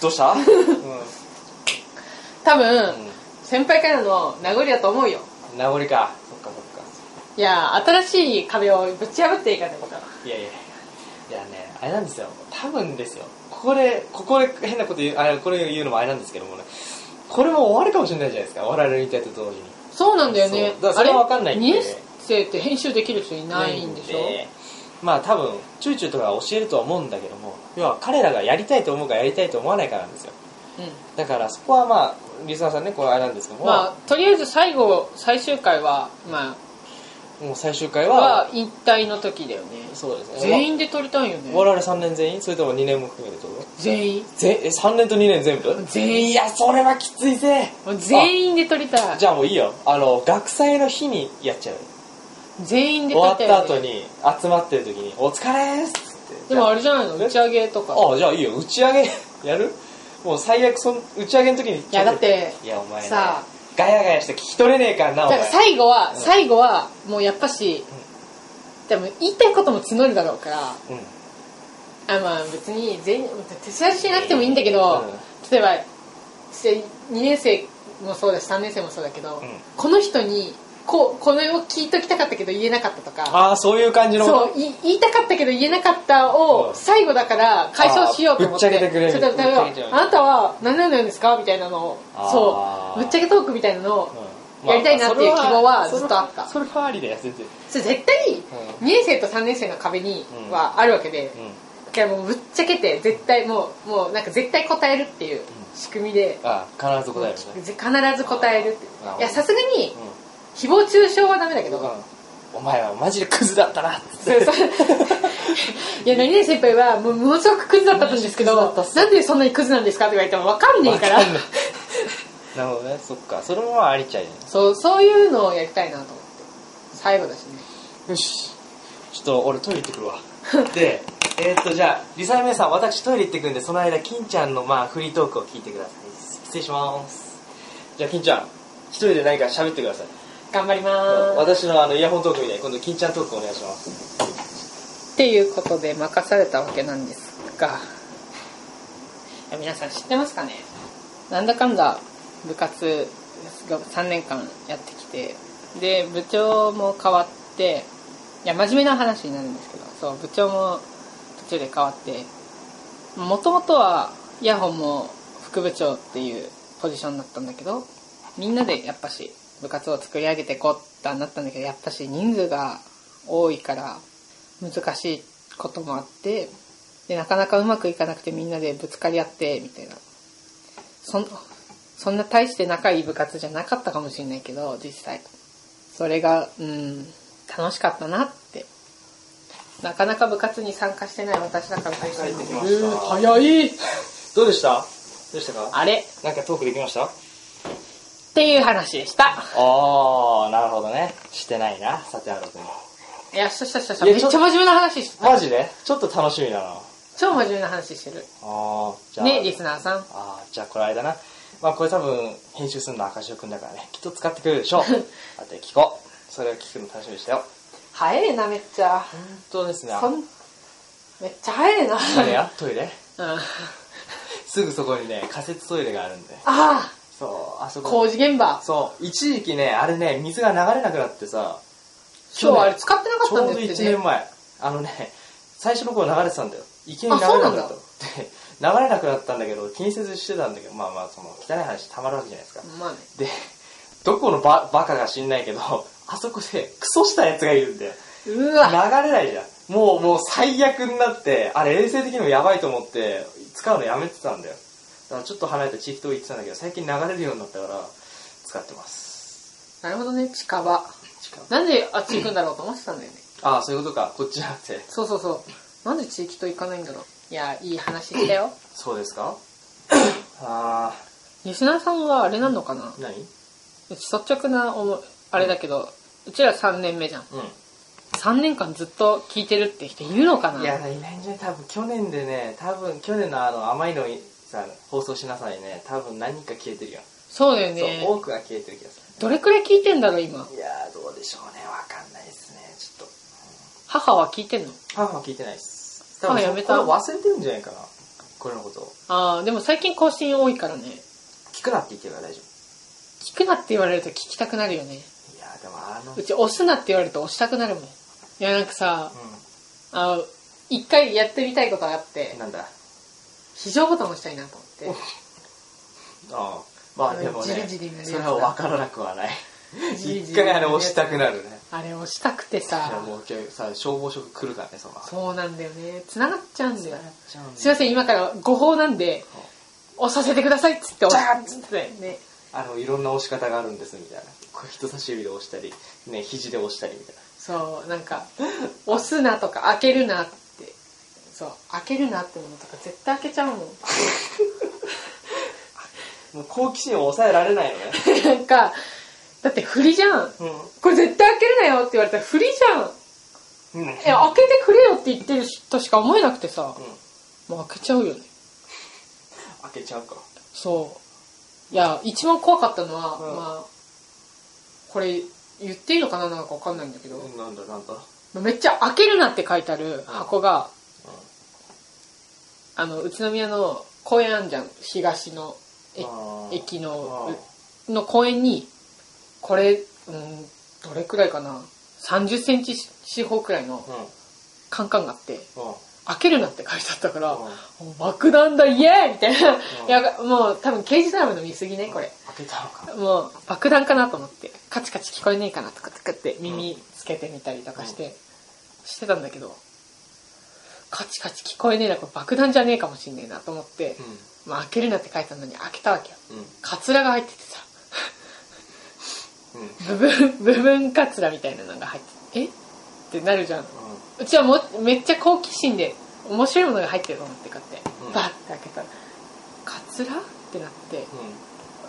C: どうした、 うんうん
A: 多分先輩からの名残だと思うよ
C: 名残かそっかそっか
A: いや新しい壁をぶち破っていかないこと
C: いやいやいやねあれなんですよ多分ですよここでここで変なこと言うあこれ言うのもあれなんですけどもねこれも終わるかもしれないじゃないですか我々の言いたいと同時に
A: そうなんだよね
C: そうだからそれはわかんない
A: あ
C: んで
A: れ2年生って編集できる人いないんでしょ
C: まあ多分チューチューとかは教えるとは思うんだけども要は彼らがやりたいと思うかやりたいと思わないかなんですよ
A: うん
C: だからそこはまあリスナーさんねこれあれなんですけども、
A: まあとりあえず最後最終回はま
C: もう最終回
A: あ
C: は
A: は引退の時だよね
C: そうですね
A: 全
C: 員
A: 員で撮りたいよね
C: 我々3年全員それとも2年も含めてどう
A: 全員
C: ぜえ3年と2年全部
A: 全員
C: いやそれはきついぜ
A: もう全員で撮りたい
C: じゃあもういいよあの学祭の日にやっちゃう
A: 全員で
C: 終
A: 撮
C: わ
A: り
C: った
A: い
C: た
A: よ
C: 後
A: ね
C: に集まってる時に「お疲れーす」っつって
A: でもあれじゃないの打ち上げとか
C: ああじゃあいいよ打ち上げ やるもう最悪そん打ち上げの時に
A: いやだって
C: いやお前ね
A: さあ
C: ガヤガヤして聞き取れねえからなお
A: だか
C: 前
A: ら最後は、
C: うん
A: 最後はもうやっぱし、でも言いたいことも募るだろうからあ
C: うん
A: まあ別に全員手伝いしなくてもいいんだけど、
C: う
A: 例えば2年生もそうだし3年生もそうだけど、
C: うん
A: この人にこうこれを聞いときたかったけど言えなかったとか
C: ああそういう感じの
A: そうい言いたかったけど言えなかったを
C: うん
A: 最後だから解消しようと思って
C: あーぶっちゃけてくれる
A: それで例えば
C: ぶっちゃけちゃう
A: あなたは何々なんですかみたいなのを
C: あ
A: そ
C: ー
A: うぶっちゃけトークみたいなのを、
C: うんまあ
A: やりたいなっていう希望はずっとあった
C: それはそれはありだよ全然
A: それ絶対に2年生と3年生の壁に
C: うん
A: はあるわけで、
C: うん
A: だからもうぶっちゃけて絶対もうもうなんか絶対答えるっていう仕組みで、
C: ああ必ず答えるね
A: 必ず答えるって
C: あー
A: いやさすがに
C: うん
A: 誹謗中傷はダメだけど、
C: お前はマジでクズだったなっつ
A: そう
C: っ て
A: そういや何々先輩はもうものすごくクズだったんですけ
C: もの
A: ど
C: すごくクズだったっす
A: なんでそんなにクズなんですかって言われても分かんねえから
C: わかんないなるほどねそっかそれもありちゃいね
A: そうそういうのをやりたいなと思って最後だしね
C: よしちょっと俺トイレ行ってくるわでえー、っとじゃあリサの皆さん私トイレ行ってくるんでその間金ちゃんのまあフリートークを聞いてください失礼しますじゃあ金ちゃん一人で何か喋ってください
A: 頑張りまーす
C: 私のあのイヤホントークみたいに今度金ちゃんトークお願いします
A: っていうことで任されたわけなんですがいや皆さん知ってますかねなんだかんだ部活が3年間やってきてで部長も変わっていや真面目な話になるんですけどそう部長も途中で変わってもともとはイヤホンも副部長っていうポジションだったんだけどみんなでやっぱし部活を作り上げていこうってなったんだけどやっぱし人数が多いから難しいこともあってでなかなかうまくいかなくてみんなでぶつかり合ってみたいなそんそんな大して仲いい部活じゃなかったかもしれないけど実際それがうん楽しかったなってなかなか部活に参加してない私だから
C: 帰ってきま
A: う
C: した
A: ー早い
C: どうでしたどうでしたか
A: あれっ
C: なんかトークできました
A: ていう話でした
C: ああなるほどねしてないなさてあるに
A: いやしたしたしたした
C: い
A: め
C: や
A: っち
C: ち
A: ゃ
C: ょっ
A: 真
C: と
A: 面目な話して
C: マジでちょっと楽しみだなあ
A: 超真面目な話してる
C: あじゃあ
A: ねリスナーさん
C: ああじゃあこれあれだなまあこれ多分編集するのは赤潮くんだからねきっと使ってくれるでし ょうあとで聞こうそれを聞くの楽しみにしたよ
A: 早えなめっちゃ
C: 本当ですね
A: そんめっちゃ早えな
C: トイレやトイレ
A: うんあ
C: すぐそこにね仮設トイレがあるんで
A: あ
C: そうあそこ
A: 工事現場
C: そう一時期ねあれね水が流れなくなってさ
A: 今日あれ使ってなか
C: ち
A: った
C: ょ
A: ん
C: うど
A: で
C: 1
A: すって
C: 年
A: ね
C: 前あのね最初の頃流れてたんだよ池に流れなくな
A: あ
C: っ
A: そ
C: た で流れなくなったんだけど気にせずしてたんだけどまあまあその汚い話たまるわけじゃないですか
A: まあね
C: でどこのババカが知んないけどあそこでクソしたやつがいるんだよ
A: う
C: 流
A: わ
C: れないじゃんもうもう最悪になってあれ衛生的にもやばいと思って使うのやめてたんだよだからちょっと離れた地域と行ってたんだけど最近流れるようになったから使ってます
A: なるほどね近場
C: 近く
A: なんであっち行くんだろうと思ってたんだよね
C: ああそういうことかこっちじゃなくて
A: そうそうそうなんで地域と行かないんだろういやいい話し たよ
C: そうですか ああ
A: 吉田さんはあれなのかな
C: 何うん
A: うち率直な思いあれだけど、うちら3年目じゃん3年間ずっと聞いてるって人いるのかない
C: やいないんじゃない多分去年でね多分去年のあの甘いのさ放送しなさいね多分何人か消えてるよ、
A: そうだよね
C: そう多くが消えてる気がす
A: どれくらい聞いてんだろう今
C: るいやーどうでしょうねわかんないですねちょっと
A: 母は聞いてんの
C: 母は聞いてないです
A: 母やめた
C: 多分そこ忘れてるんじゃないかなこれのことを
A: ああでも最近更新多いからね
C: 聞くなって言ってるから大丈
A: 聞くなって言われると聞きたくなるよね
C: 夫いやーでもあの
A: うち押すなって言われると押したくなるもんいやなんかさ
C: う
A: あの一回やってみたいことがあって
C: んなんだ
A: 非常ボタン押したいなと思って
C: ああまあでもね
A: じりじりになるやつ
C: そ
A: だ
C: れは分からなくはない
A: じり じ
C: 一
A: り
C: 回
A: にな
C: あ
A: るや
C: れ
A: つ
C: 押したくなるね
A: あれ押したくて
C: いや
A: さ
C: もう今日さ消防署来るからねその
A: そうなんだよね繋がっちゃうんだよ
C: じゃあね
A: すいません今から誤報なんで押させてくださいっつって押
C: ジャー
A: し
C: ン
A: つってね
C: あのいろんな押し方があるんですみたいなこう人差し指で押したり、ね、肘で押したりみたいな
A: そうなんか押すなとか開けるなってそう開けるなってものとか絶対開けちゃうもん
C: もう好奇心を抑えられないのね
A: なんかだって振りじゃん
C: う
A: これ絶対開けるなよって言われたら振りじゃ
C: ん
A: ん
C: うん、うん、
A: え開けてくれよって言ってるとしか思えなくてさもう開けちゃうよね
C: 開けちゃうか
A: そういや一番怖かったのは、
C: うん
A: まあこれ言っていいのかななんかわかんないんだけど、
C: うんなんだなんだ
A: めっちゃ開けるなって書いてある箱が、あの宇都宮の公園あんじゃん東のえ
C: あー
A: 駅の
C: うん
A: うの公園にこれ、うん、どれくらいかな3 0センチ四方くらいの
C: うん
A: カンカンがあって
C: うん
A: 開けるなって書いてあったから、
C: うん
A: もう爆弾だイエーイみたいな、
C: ん
A: いやもう多分刑事ドラマの見過ぎねこれ、
C: 開けたのか
A: もう爆弾かなと思ってカチカチ聞こえねえかなとか作って耳つけてみたりとかして、してたんだけどカチカチ聞こえねえなこれ爆弾じゃねえかもしんねえなと思って、
C: う
A: まあ開けるなって書いてたのに開けたわけよ
C: んうん
A: カツラが入っててさ
C: うん
A: 部分部分カツラみたいなのが入っててえってなるじゃんうちはもうめっちゃ好奇心で面白いものが入ってると思って買って、
C: うん
A: バッて開けたらカツラってなって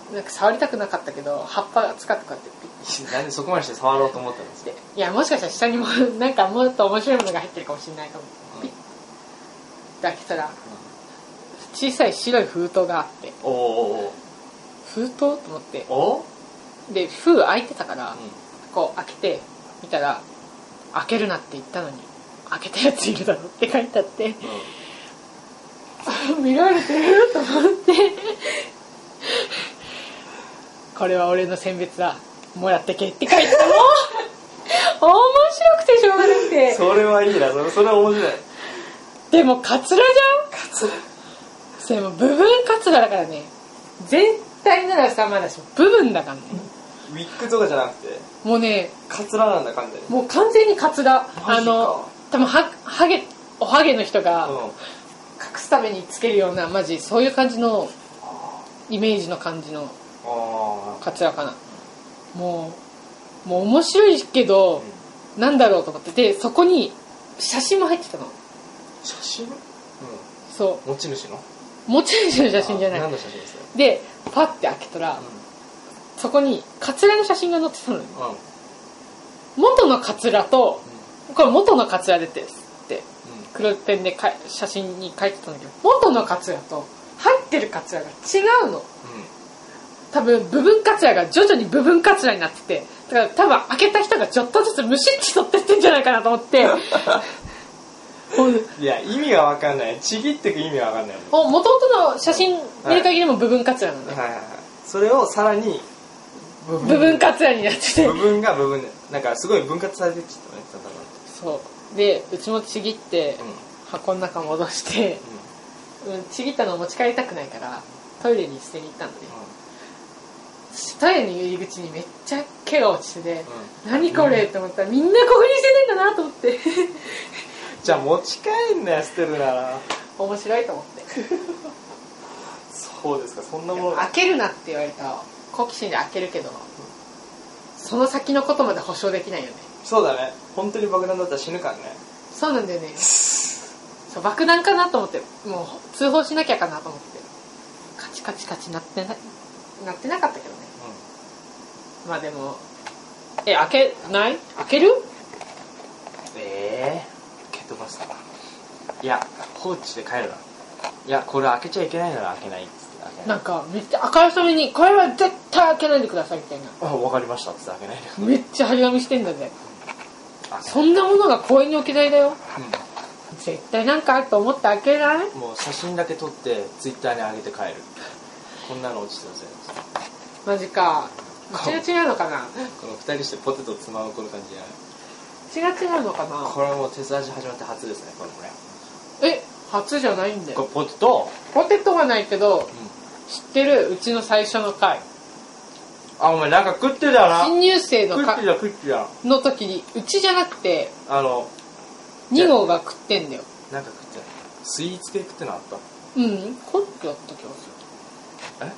C: うん
A: なんか触りたくなかったけど葉っぱが使ってこうやってピッ
C: うんなんでそこまでして触ろうと思ったんです
A: って
C: よ
A: いやもしかしたら下にもなんかもっと面白いものが入ってるかもしれないと思
C: う
A: っ
C: ん
A: てピッて開けたら小さい白い封筒があって
C: おお
A: 封筒と思って
C: おお
A: で封開いてたから、
C: うん
A: こう開けて見たら「開けるなって言ったのに開けたやついるだろ」って書いてあって
C: う
A: 見られてると思ってこれは俺の選別だもらってけって書いてたの面白くてしょうがなく
C: ん
A: て
C: それはいいなそれそれは面白い
A: でもカツラじゃん
C: カツ
A: それも部分カツラだからね全体ならさまだしも部分だからね
C: ウィッグとかじゃなくて
A: もうね
C: カツラなんだ完全に
A: もう完全にカツラ
C: ジか
A: あの多分はハゲおはげの人が
C: うん
A: すためにつけるようなマジそういう感じのイメージの感じの
C: あ
A: カツラかなもうもう面白いけど、なんだろうと思ってでそこに写真も入ってたの
C: 写真うん
A: そ
C: 持ち主の
A: う持ち主の写真じゃ
C: あ
A: な
C: 何
A: い
C: の写真ですか
A: でパッて開けたら、そこにカツラの写真が載ってたのよ
C: うんうん
A: 元のカツラとこれ元のカツラでですって黒ペンでかい写真に書いてたんだけど元のカツラと入ってるカツラが違うの多分部分カツラが徐々に部分カツラになっててだから多分開けた人がちょっとずつむしって取ってってんじゃないかなと思ってほん
C: うんいや意味が分かんないちぎってく意味が分かんない
A: お元々の写真見る限りでも部分カツラなんだ
C: はい
A: よ、
C: はいはいそれをさらに部
A: 部分カツラになってて
C: 部分が部分でなんかすごい分割されてきたねだんだんだん
A: そうでうちもちぎって
C: うんうん
A: 箱の中戻して、うん、ちぎったのを持ち帰りたくないからトイレに捨てに行ったのねそしてトイレの入り口にめっちゃ毛が落ちてて、
C: うん
A: 何これって思ったらみんなここにしてるんだなと思って
C: じゃあ持ち帰んなよ捨てるなら
A: 面白いと思って
C: そうですかそんなもの
A: 開けるなって言われた好奇心で開けるけどその先のことまで保証できないよね
C: そうだね本当に爆弾だったら死ぬからね
A: そうなんだよねそう爆弾かなと思ってもう通報しなきゃかなと思ってカチカチカチなってななってなかったけどねまあでもえ開けない開ける
C: ええ蹴飛ばしたいや放置で帰るないやこれ開けちゃいけないなら開けないっつって開けない
A: なんかめっちゃ明るさめにこれは絶対開けないでくださいみたいな
C: あ分かりましたっつって開けないで
A: めっちゃ張り紙してんだぜ
C: あ
A: そんなものが公園に置き去りだよ
C: う
A: 絶対なんかあると思って開けない
C: んもう写真だけ撮ってツイッターに上げて帰るこんなの落ちてるぜ
A: マジかうちが違うのかな
C: この二人してポテトつまむこの感じじゃないう
A: ちが違うのかな
C: これはもう手差し始まって初ですねこれもね
A: え初じゃないんだ
C: これ
A: よ
C: ポテト、
A: ポテトはないけど知ってるうちの最初の回
C: あお前なんか食ってたな
A: 新入生の
C: 食って
A: か
C: た食ってた
A: の時にうちじゃなくて
C: あの
A: 2号が食ってんだよ
C: なんか食ってたスイーツ系食ってなかった
A: うんコロッケだった気がする
C: え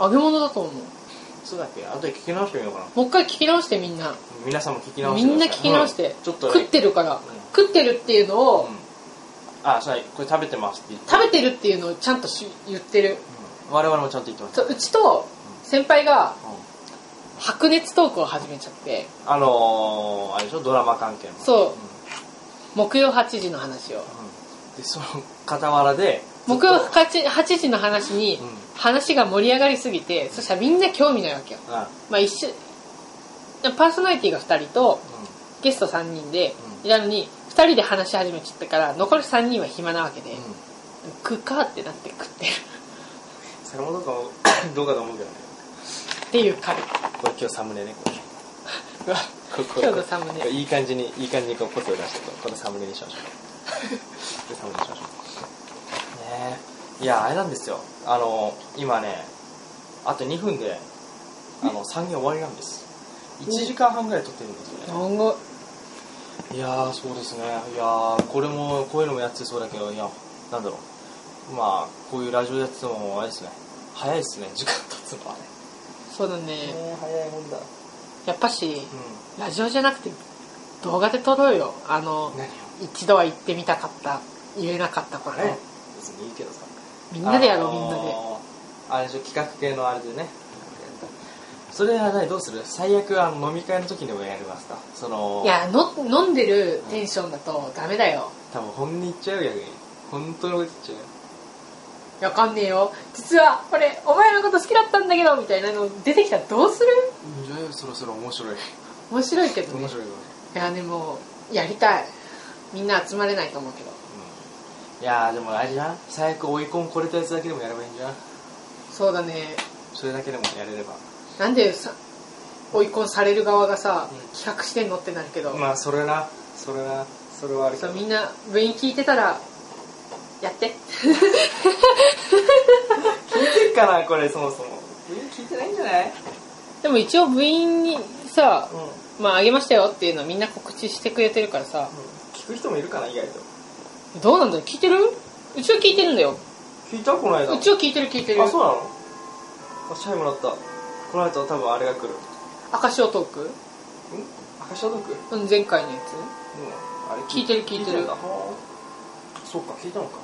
A: 揚げ物だと思う
C: そうだっけあとで聞き直してみようかな
A: もう一回聞き直してみんな
C: 皆さんも聞き直し
A: み
C: てください
A: んな聞き直して、
C: うんちょっとね
A: 食ってるから、食ってるっていうの
C: う
A: を、
C: んあそうだこれ食べてますって言って
A: 食べてるっていうのをちゃんとし言ってる
C: 我々もちゃんと言ってます
A: そううちと先輩が
C: うん
A: 白熱トークを始めちゃって
C: あのー、あれでしょドラマ関係の
A: そう木曜8時の話を
C: んうんでその傍らで
A: 木曜 8, 8時の話に
C: うん
A: 話が盛り上がりすぎてそしたらみんな興味ないわけよ、
C: あ
A: まあ、一緒パーソナリティが2人と
C: う
A: ゲスト3人で
C: う
A: いたのに2人で話し始めちゃったから残り3人は暇なわけで、
C: んうん
A: 食うかってなって食ってる
C: 坂本かもどうかと思うけどね
A: っていう回
C: これ今日サムネねこれうわここ
A: 今日のサムネ
C: これいい感じにいい感じにこうポテを出してこうこのサムネにしましょうでサムネにしましょうねえいやあれなんですよあの今ねあと2分であの3限終わりなんです1時間半ぐらい撮ってるんですよね
A: 今後
C: いやーそうですねいやーこれもこういうのもやってそうだけどいやなんだろうまあこういうラジオやっててもあれですね早いですね時間経つのはね
A: そうだね
C: え早いもんだ
A: やっぱし
C: う
A: ラジオじゃなくて動画で撮ろうよあの
C: ん何を
A: 一度は行ってみたかった言えなかったこ
C: ね
A: れ
C: 別にいいけどさ
A: みんなでやろう
C: あ
A: みんなで
C: のーあれでしょ企画系のあれでねそれは何どうする最悪あの飲み会の時でもやりますかその
A: いやの飲んでるテンションだとダメだよ
C: 多分本音言っちゃうよ逆に本当のこと言っちゃうよ
A: わかんねえよ実は俺お前のこと好きだったんだけどみたいなの出てきたらどうする
C: じゃあそろそろ面白い
A: 面白いけどね
C: 面白いよ、
A: いやでもやりたいみんな集まれないと思うけど
C: うん、いやーでもあれじゃん最悪追い込むこれたやつだけでもやればいいんじゃん
A: そうだね
C: それだけでもやれれば
A: なんでさ追い込んされる側がさ
C: うん
A: 企画してんのってなるけど、
C: まあそれなそれなそれはあれ
A: そう
C: か
A: みんな部員聞いてたらやって
C: 聞いてっかなこれそもそも聞いてないんじゃない
A: でも一応部員にさ
C: う、ん
A: まあ、あげましたよっていうのはみんな告知してくれてるからさ、
C: 聞く人もいるかな意外と
A: どうなんだろう聞いてるうちは聞いてるんだよ
C: 聞いたこの間
A: うちは聞いてる聞いてる
C: あそうなのあチャイム鳴ったこの後多分あれが来るん
A: 赤潮トーク
C: 赤シャドクうん
A: うん前回のや
C: あれ
A: 聞いてる聞いてる
C: んだはあそうか聞いたのか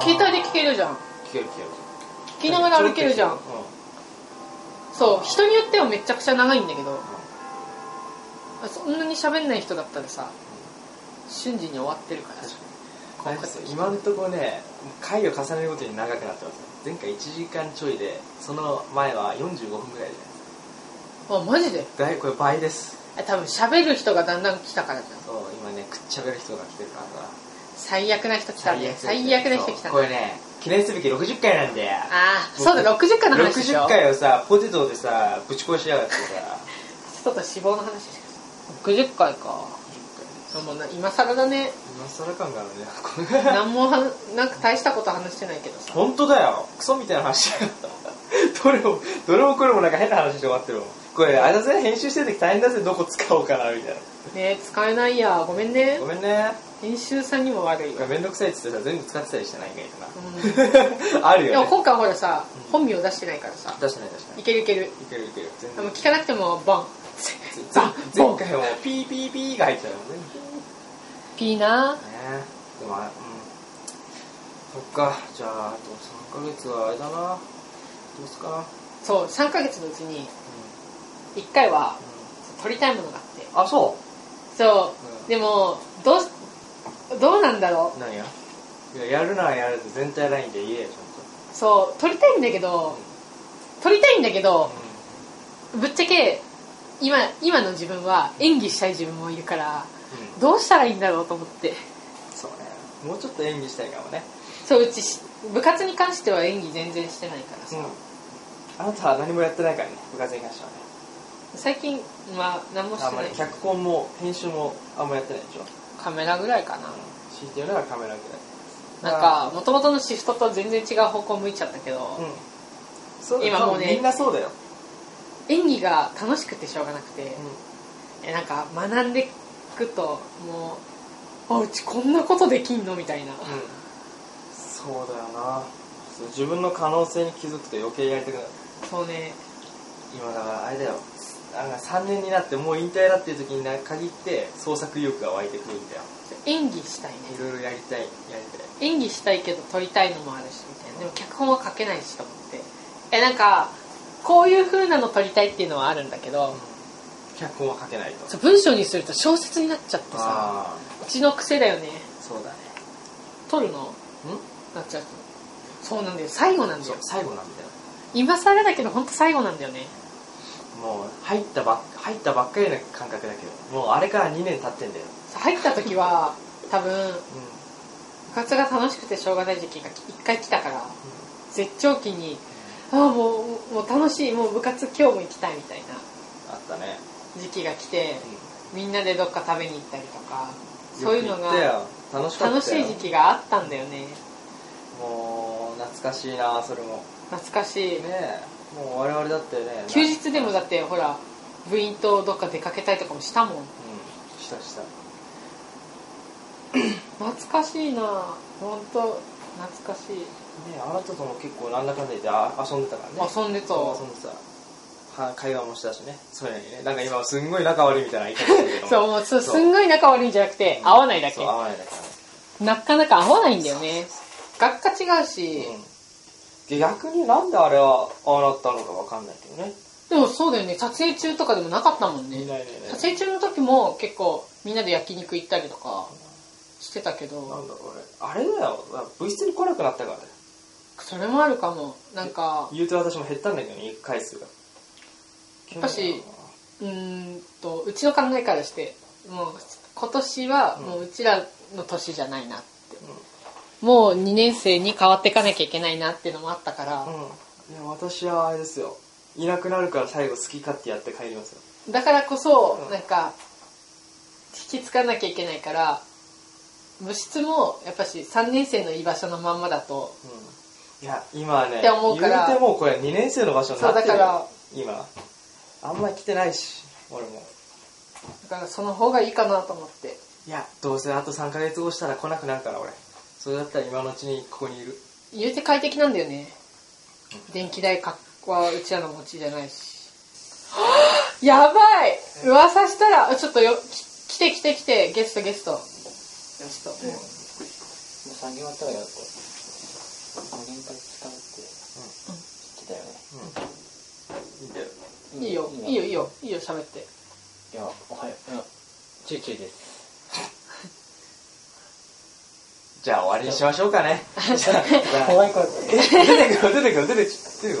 A: つ携帯で聞
C: 聞
A: けるじゃん
C: ける聞ける
A: 聞きながら歩けるじゃ
C: うん
A: んそう人によってはめちゃくちゃ長いんだけどそんなに喋んない人だったらさ瞬時に終わってるから
C: 確かになんか今のところね回を重ねるごとに長くなってますね前回1時間ちょいでその前は45分ぐらいで
A: あマジで
C: だいこれ倍です
A: あ多分喋る人がだんだん来たからじゃん
C: そう今ねくっちゃべる人が来てるからさ
A: 最悪な人来たね最悪な人来
C: そ
A: た
C: うこ
A: ね
C: れね記念すべき60回なんだよ
A: ああそうだ60回の話でしょ
C: 60回をさポテトでさぶち壊しやがってさ
A: ちょっと死亡の話しかしない60回かもうな今更だね
C: 今更感があるね
A: 何もはなんか大したこと話してないけどさ
C: 本当だよクソみたいな話 どれもどれもこれもなんか変な話で終わってるもんこれあれだぜ編集してる時大変だぜどこ使おうかなみたいな
A: ね使えないやごめんね
C: ごめんね
A: 編集さんにも悪いわ、
C: めんどくさいっつってさ全部使ってたりしてない意外
A: うん、
C: となある
A: でも
C: よね
A: 今回ほらさ本名出してないからさ
C: 確かに確かに
A: いけるいける
C: いけるいける全
A: で
C: 然
A: も聞かなくてもボン
C: 前
A: ボン
C: 前回もピーピーピーが入ってたよ全部
A: ピーな
C: ねでもあれうんそっかじゃああと3ヶ月はあれだなどうすかな、うん
A: そう3ヶ月のうちに1回は撮りたいものがあって
C: あそ
A: そうでもどうしどうなんだろ
C: う何やいややるならやるって全体ラインで言えよち
A: うそう撮りたいんだけど撮りたいんだけ
C: ゃん
A: ど
C: と、
A: ぶっちゃけ今今の自分は演技したい自分もいるからどうしたらいいんだろうと思って
C: そうねもうちょっと演技したいかもね
A: そううちし部活に関しては演技全然してないからさ、
C: あなたは何もやってないからね部活に関してはね
A: 最近は何もし
C: あん
A: て
C: ま
A: な
C: り
A: い
C: 脚本も編集もあんまやってないでしょ
A: カメラぐらいかな
C: 強いて言うならカメラぐらい
A: なんかもともとのシフトと全然違う方向向いちゃったけど、
C: うんそうだよ
A: 今もうね
C: 多分みんなそうだよ、
A: 演技が楽しくてしょうがなくて、
C: うん
A: えなんか学んでくともうあうちこんなことできんのみたいな、
C: そうだよなそう自分の可能性に気づくと余計やりたくなる
A: そうね
C: 今だからあれだよなんか3年になってもう引退だっていう時にな限って創作意欲が湧いてくるんだよ
A: 演技したいね
C: いろいろやりたいやり
A: 演技したいけど撮りたいのもあるしみたいなでも脚本は書けないしと思ってえなんかこういう風なの撮りたいっていうのはあるんだけど、
C: たい脚本は書けないと
A: そう文章にすると小説になっちゃってさ
C: ああ
A: うちの癖だよね
C: そうだね
A: 撮るの
C: ん
A: なっちゃうとそうなんだよ最後なんだ
C: そう
A: よ
C: 最後なんだよ
A: 今更だけど本当最後なんだよね
C: もう入ったばっ入ったばっかりな感覚だけどもうあれから2年経ってんだよ、
A: そう入った時は多分
C: うん
A: 部活が楽しくてしょうがない時期が一回来たから絶頂期にああもうもう楽しいもう部活今日も行きたいみたいな
C: あったね、
A: 時期が来て
C: うん
A: みんなでどっか食べに行ったりとかそういうの
C: よく行
A: が
C: ったよ楽しかったよ
A: 楽しい時期があったんだよね
C: もう懐かしいなそれも
A: 懐かしい
C: ねえもう我々だってね
A: 休日でもだ
C: て
A: ってほら部員とどっか出かけたりとかもしたもん
C: うんしたした
A: 懐かしいな本当懐かしい
C: ねあなたとも結構なんだかんだ言ってあ遊んでたからね
A: 遊んでた
C: そう遊んでたは会話もしたしねそういうのにねなんか今すんごい仲悪いみたいな言い方してるけど
A: そうもうそう
C: そう
A: すんごい仲悪いんじゃなくて合わないだけ
C: そう合わないだけ
A: なかなか合わないんだよね学科違うし、
C: うんで逆になんであれはああなったのかわかんないけどね
A: でもそうだよね撮影中とかでもなかったもんね
C: いないね
A: 撮影中の時も結構みんなで焼肉行ったりとかしてたけ
C: な
A: ど
C: んだろう俺あれだよ部室に来なくなったからね
A: それもあるかもなんか
C: 言うて私も減ったんだけどね行く回数がや
A: っぱしうーんとうちの考えからしてもう今年はもううちらの年じゃないなって、もう2年生に変わっていかなきゃいけないなっていうのもあったから、
C: うん、いや私はあれですよいなくなるから最後好き勝手やって帰りますよ
A: だからこそ、
C: うん
A: なんか引きつかなきゃいけないから部室もやっぱし3年生の居場所のまんまだと
C: いや今はね
A: って思うから
C: 言うてもうこれ2年生の場所になってるよ
A: そうだから
C: 今あんまり来てないし俺も
A: だからその方がいいかなと思って
C: いやどうせあと3ヶ月後したら来なくなるから俺それだったら今のうちにここにいる
A: 言うて快適なんだよね電気代かはうちらの持ちじゃないし やばい噂したらあちょっとよき来て来て来てゲストゲストゲストもう
B: もう作業終わったからやっこ無限回使うって言ってた
C: い
B: よね
C: いんだよ
A: いいよいいよいいよいいよ喋って
B: いやおはよううんチューチューです
C: じゃあ終わりにしましょうか ねじゃあじゃあ
B: 怖い怖い
C: え出てくる出てくる出てくる出てくる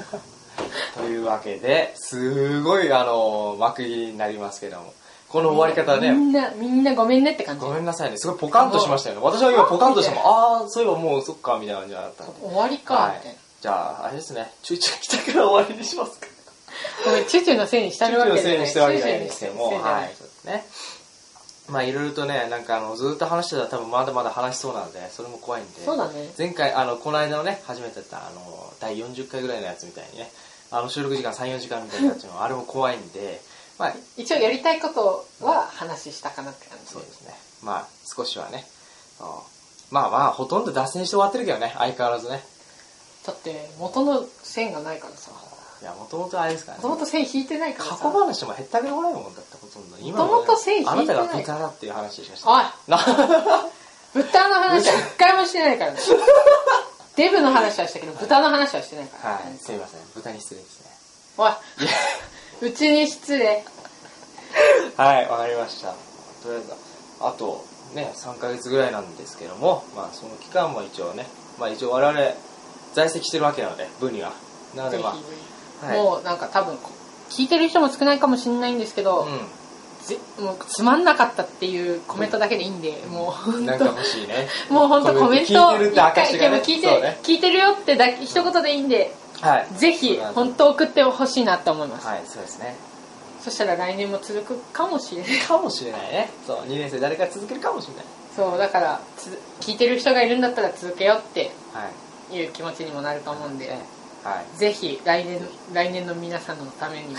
C: というわけですごいあの幕切りになりますけどもこの終わり方はね、
A: みんなみんなごめんねって感じ
C: ごめんなさいねすごいポカンとしましたよね私は今ポカンとしてもああーそういえばもうそっかみたいな感じだったんで
A: 終わりか
C: は
A: みたい
C: い
A: な、
C: じゃああれですねチュイチュイ来たから終わりにし ますか
A: ごめんチューチューのせいにしたるわけ
C: の
A: じゃ
C: せい
A: な
C: に
A: い
C: してるわけじゃないんですけども
A: チューチューの
C: は
A: せい
C: い
A: にしてるわ
C: そうで
A: けじゃない
C: すねまあいろいろとねなんかあのずっと話してたら多分まだまだ話しそうなんでそれも怖いんで
A: そうだね
C: 前回あのこの間のね初めてやったあの第40回ぐらいのやつみたいにねあの収録時間34時間みたいなやつもあれも怖いんでまあ
A: 一応やりたいことは話したかなって感じ
C: そうですねまあ少しはねうんまあまあほとんど脱線して終わってるけどね相変わらずね
A: だって元の線がないからさ
C: いやもともとあれですからね
A: 元々線引いてないから
C: 過
A: さ
C: 去話もへったくれもないもんだってほとんど今の
A: もともと線引いてない
C: あなたが豚だっていう話しました
A: おい
C: な
A: 豚の話は一回もしてないか らねデブの話はしたけど豚の話はしてないから、
C: はいすいません豚に失礼ですね
A: おいうちに失礼
C: はい、わかりました。とりあえず、あとね、3ヶ月ぐらいなんですけども、まあその期間も一応ね、まあ一応我々在籍してるわけなので、部には。なので
A: ぜ
C: まあ、
A: ひ、
C: はい。
A: もうなんか多分聞いてる人も少ないかもしれないんですけど、ぜもうつまんなかったっていうコメントだけでいいんで、も
C: う
A: う
C: ん。
A: 本
C: なんか
A: 当
C: 欲しいね。
A: もう本当コメント
C: 聞いてるって
A: 一
C: 証が
A: 回
C: ね。
A: 聞い
C: そう
A: て、
C: ね。
A: 聞いてるよってだけ一言でいいんで
C: はい。
A: ぜ
C: そ
A: ひ
C: うなんです
A: 本当送ってほしいなって思います、
C: はい、そうですね。
A: そしたら来年も続くかもしれない
C: かもしれないね。そう、2年生誰か続けるかもしれない。
A: そうだからつ聞いてる人がいるんだったら続けようって
C: はい。
A: いう気持ちにもなると思うんで、
C: ねはい。
A: ぜひ来年来年の皆さんのために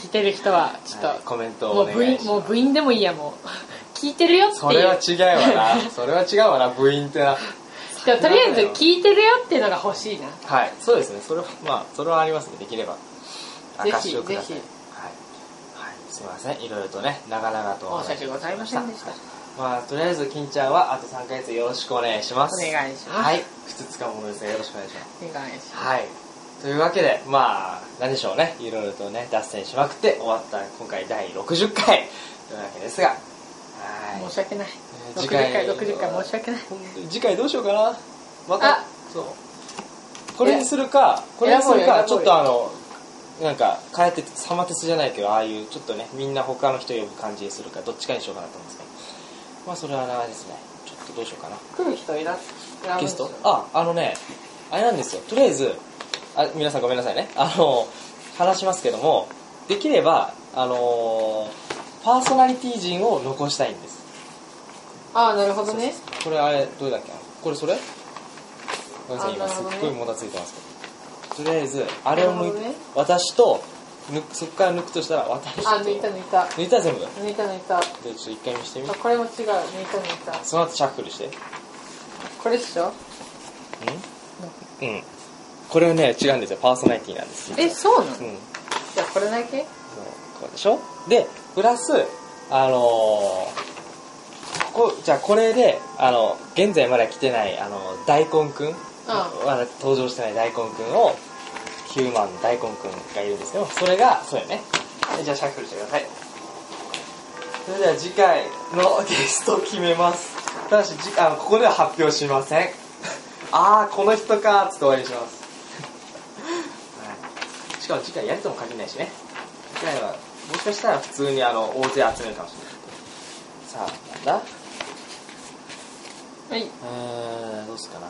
A: 聞いてる人はちょっと、
C: はいコメントを
A: も
C: お
A: う
C: 願
A: 部
C: い
A: 員
C: し
A: も
C: ま
A: う
C: す。
A: 部員でもいいやもう 聞いてるよっていう
C: それは違うわ な。それは違うわな、部員ってな。
A: でもとりあえず聞いてるよっていうのが欲しいな
C: はい、そうですね。それは、まあ、それはありますね。できれば。
A: ぜひ
C: 証をください。
A: ぜ
C: はい。はい、すいません。いろいろとね、長々とお話
A: 申し訳ございませんでした
C: まあ、とりあえず、金ちゃんは、あと3ヶ月よろしくお願いします。
A: お願いします
C: はい。ふつつかものですが、よろしくお願いします。
A: お願いします
C: はい。というわけで、まあ、なんでしょうね。いろいろとね、脱線しまくって終わった、今回第60回というわけですが、はい。
A: 申し訳ない
C: えー
A: 60
C: 次回
A: 回60回申し訳ない
C: 本当に次回どうしようかなま
A: あ
C: たそうこれにするかこれにするか
A: 選
C: ち
A: ぼ
C: ょ
A: うよ選ぼうよ
C: っとあのなんか変えてサマテスじゃないけどああいうちょっとねみんな他の人呼ぶ感じにするかどっちかにしようかなと思うんですけどまあそれはあれですねちょっとどうしようかな
A: 来る人選ぶ選ぶん
C: ゲ
A: で
C: ス
A: すよ
C: トああのねあれなんですよとりあえずあ皆さんごめんなさいね あの話しますけどもできればあのパーソナリティ陣を残したいんです
A: ああなるほどね
C: これあれどれだっけなこれそれごめんなさい
A: あ
C: 今
A: なる
C: す
A: ほ
C: っ
A: どね
C: ごいもたついてますけどとりあえずあれを抜いて、
A: なるほどね
C: 私と抜くそこから抜くとしたら私と
A: あ抜いた抜いた
C: 抜いた全部で
A: 抜いた抜いたあ
C: ちょっと一回見してみ
A: これも違う抜いた抜いた
C: その後シャッフルしてん
A: これっしょ
C: うんこれね違うんですよパーソナリティなんです
A: えそうなの、
C: うんそう
A: じゃあこれだけ
C: こうでしょでプラスあのーここじゃあこれであの現在まだ来てないあの大根くんまだ登場してない大根くんをヒューマンの大根くんがいるんですけどそれがそうやねはいじゃあシャッフルしてくださいそれでは次回のゲストを決めますただしじあのここでは発表しませんああこの人かーっつって終わりにします、はい、しかも次回やるとも限らないしね次回はもしかしたら普通にあの大勢集めるかもしれないさあなんだ
A: うんはい
C: えー、どうすっかな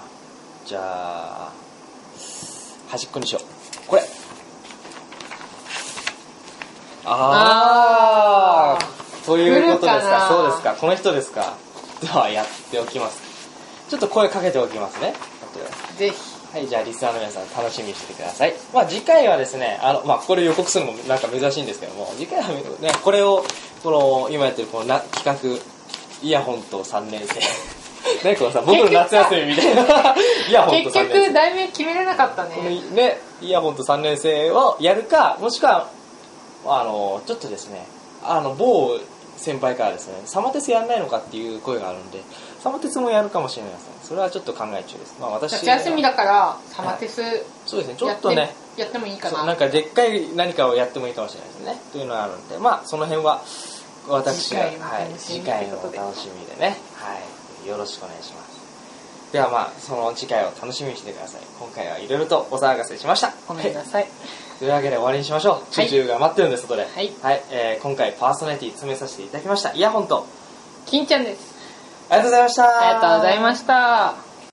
C: じゃあ端っこにしようこれあ
A: あ
C: ーということです
A: 来るか
C: か
A: な
C: そうですかこの人ですかではやっておきますちょっと声かけておきますね後で
A: ぜひ
C: はい、じゃあリスナーの皆さん楽しみにしててください。まあ次回はですね、あの、まあこれ予告するのもなんか珍しいんですけども、次回はね、これを、この、今やってるこのな企画、イヤホンと3年生。 ね、このさ、僕の夏休みみたいな。 イヤホンと
A: 結
C: 3年
A: 局
C: 生。
A: 題名決めれなかった
C: こ
A: ね
C: のね、イヤホンと3年生をやるか、もしくは、あの、ちょっとですね、あの、某先輩からですね、サマテスやんないのかっていう声があるんで、サマテスもやるかもしれないですね。それはちょっと考え中です。まあ私、
A: 夏休みだからサマテス
C: そうですね、ちょ
A: や
C: っ
A: って,、
C: とね、
A: やってもいいか
C: そう
A: な
C: なんかでっかい何かをやってもいいかもしれないですねというのがあるんでまあその辺は私が
A: 次回の
C: はい
A: 楽し
C: 次
A: み
C: 回の
A: ということで
C: 楽しみでねはいよろしくお願いしますではまあその次回を楽しみにしてください今回はいろいろとお騒がせしました
A: ごめん
C: は
A: なさい
C: いというわけで終わりにしましょう
A: はい
C: 中中が待ってるんです外で
A: はい
C: はいえー今回パーソナリティ詰めさせていただきましたイヤホンと
A: 金ちゃんです
C: ありがとうございました
A: ありがとうございました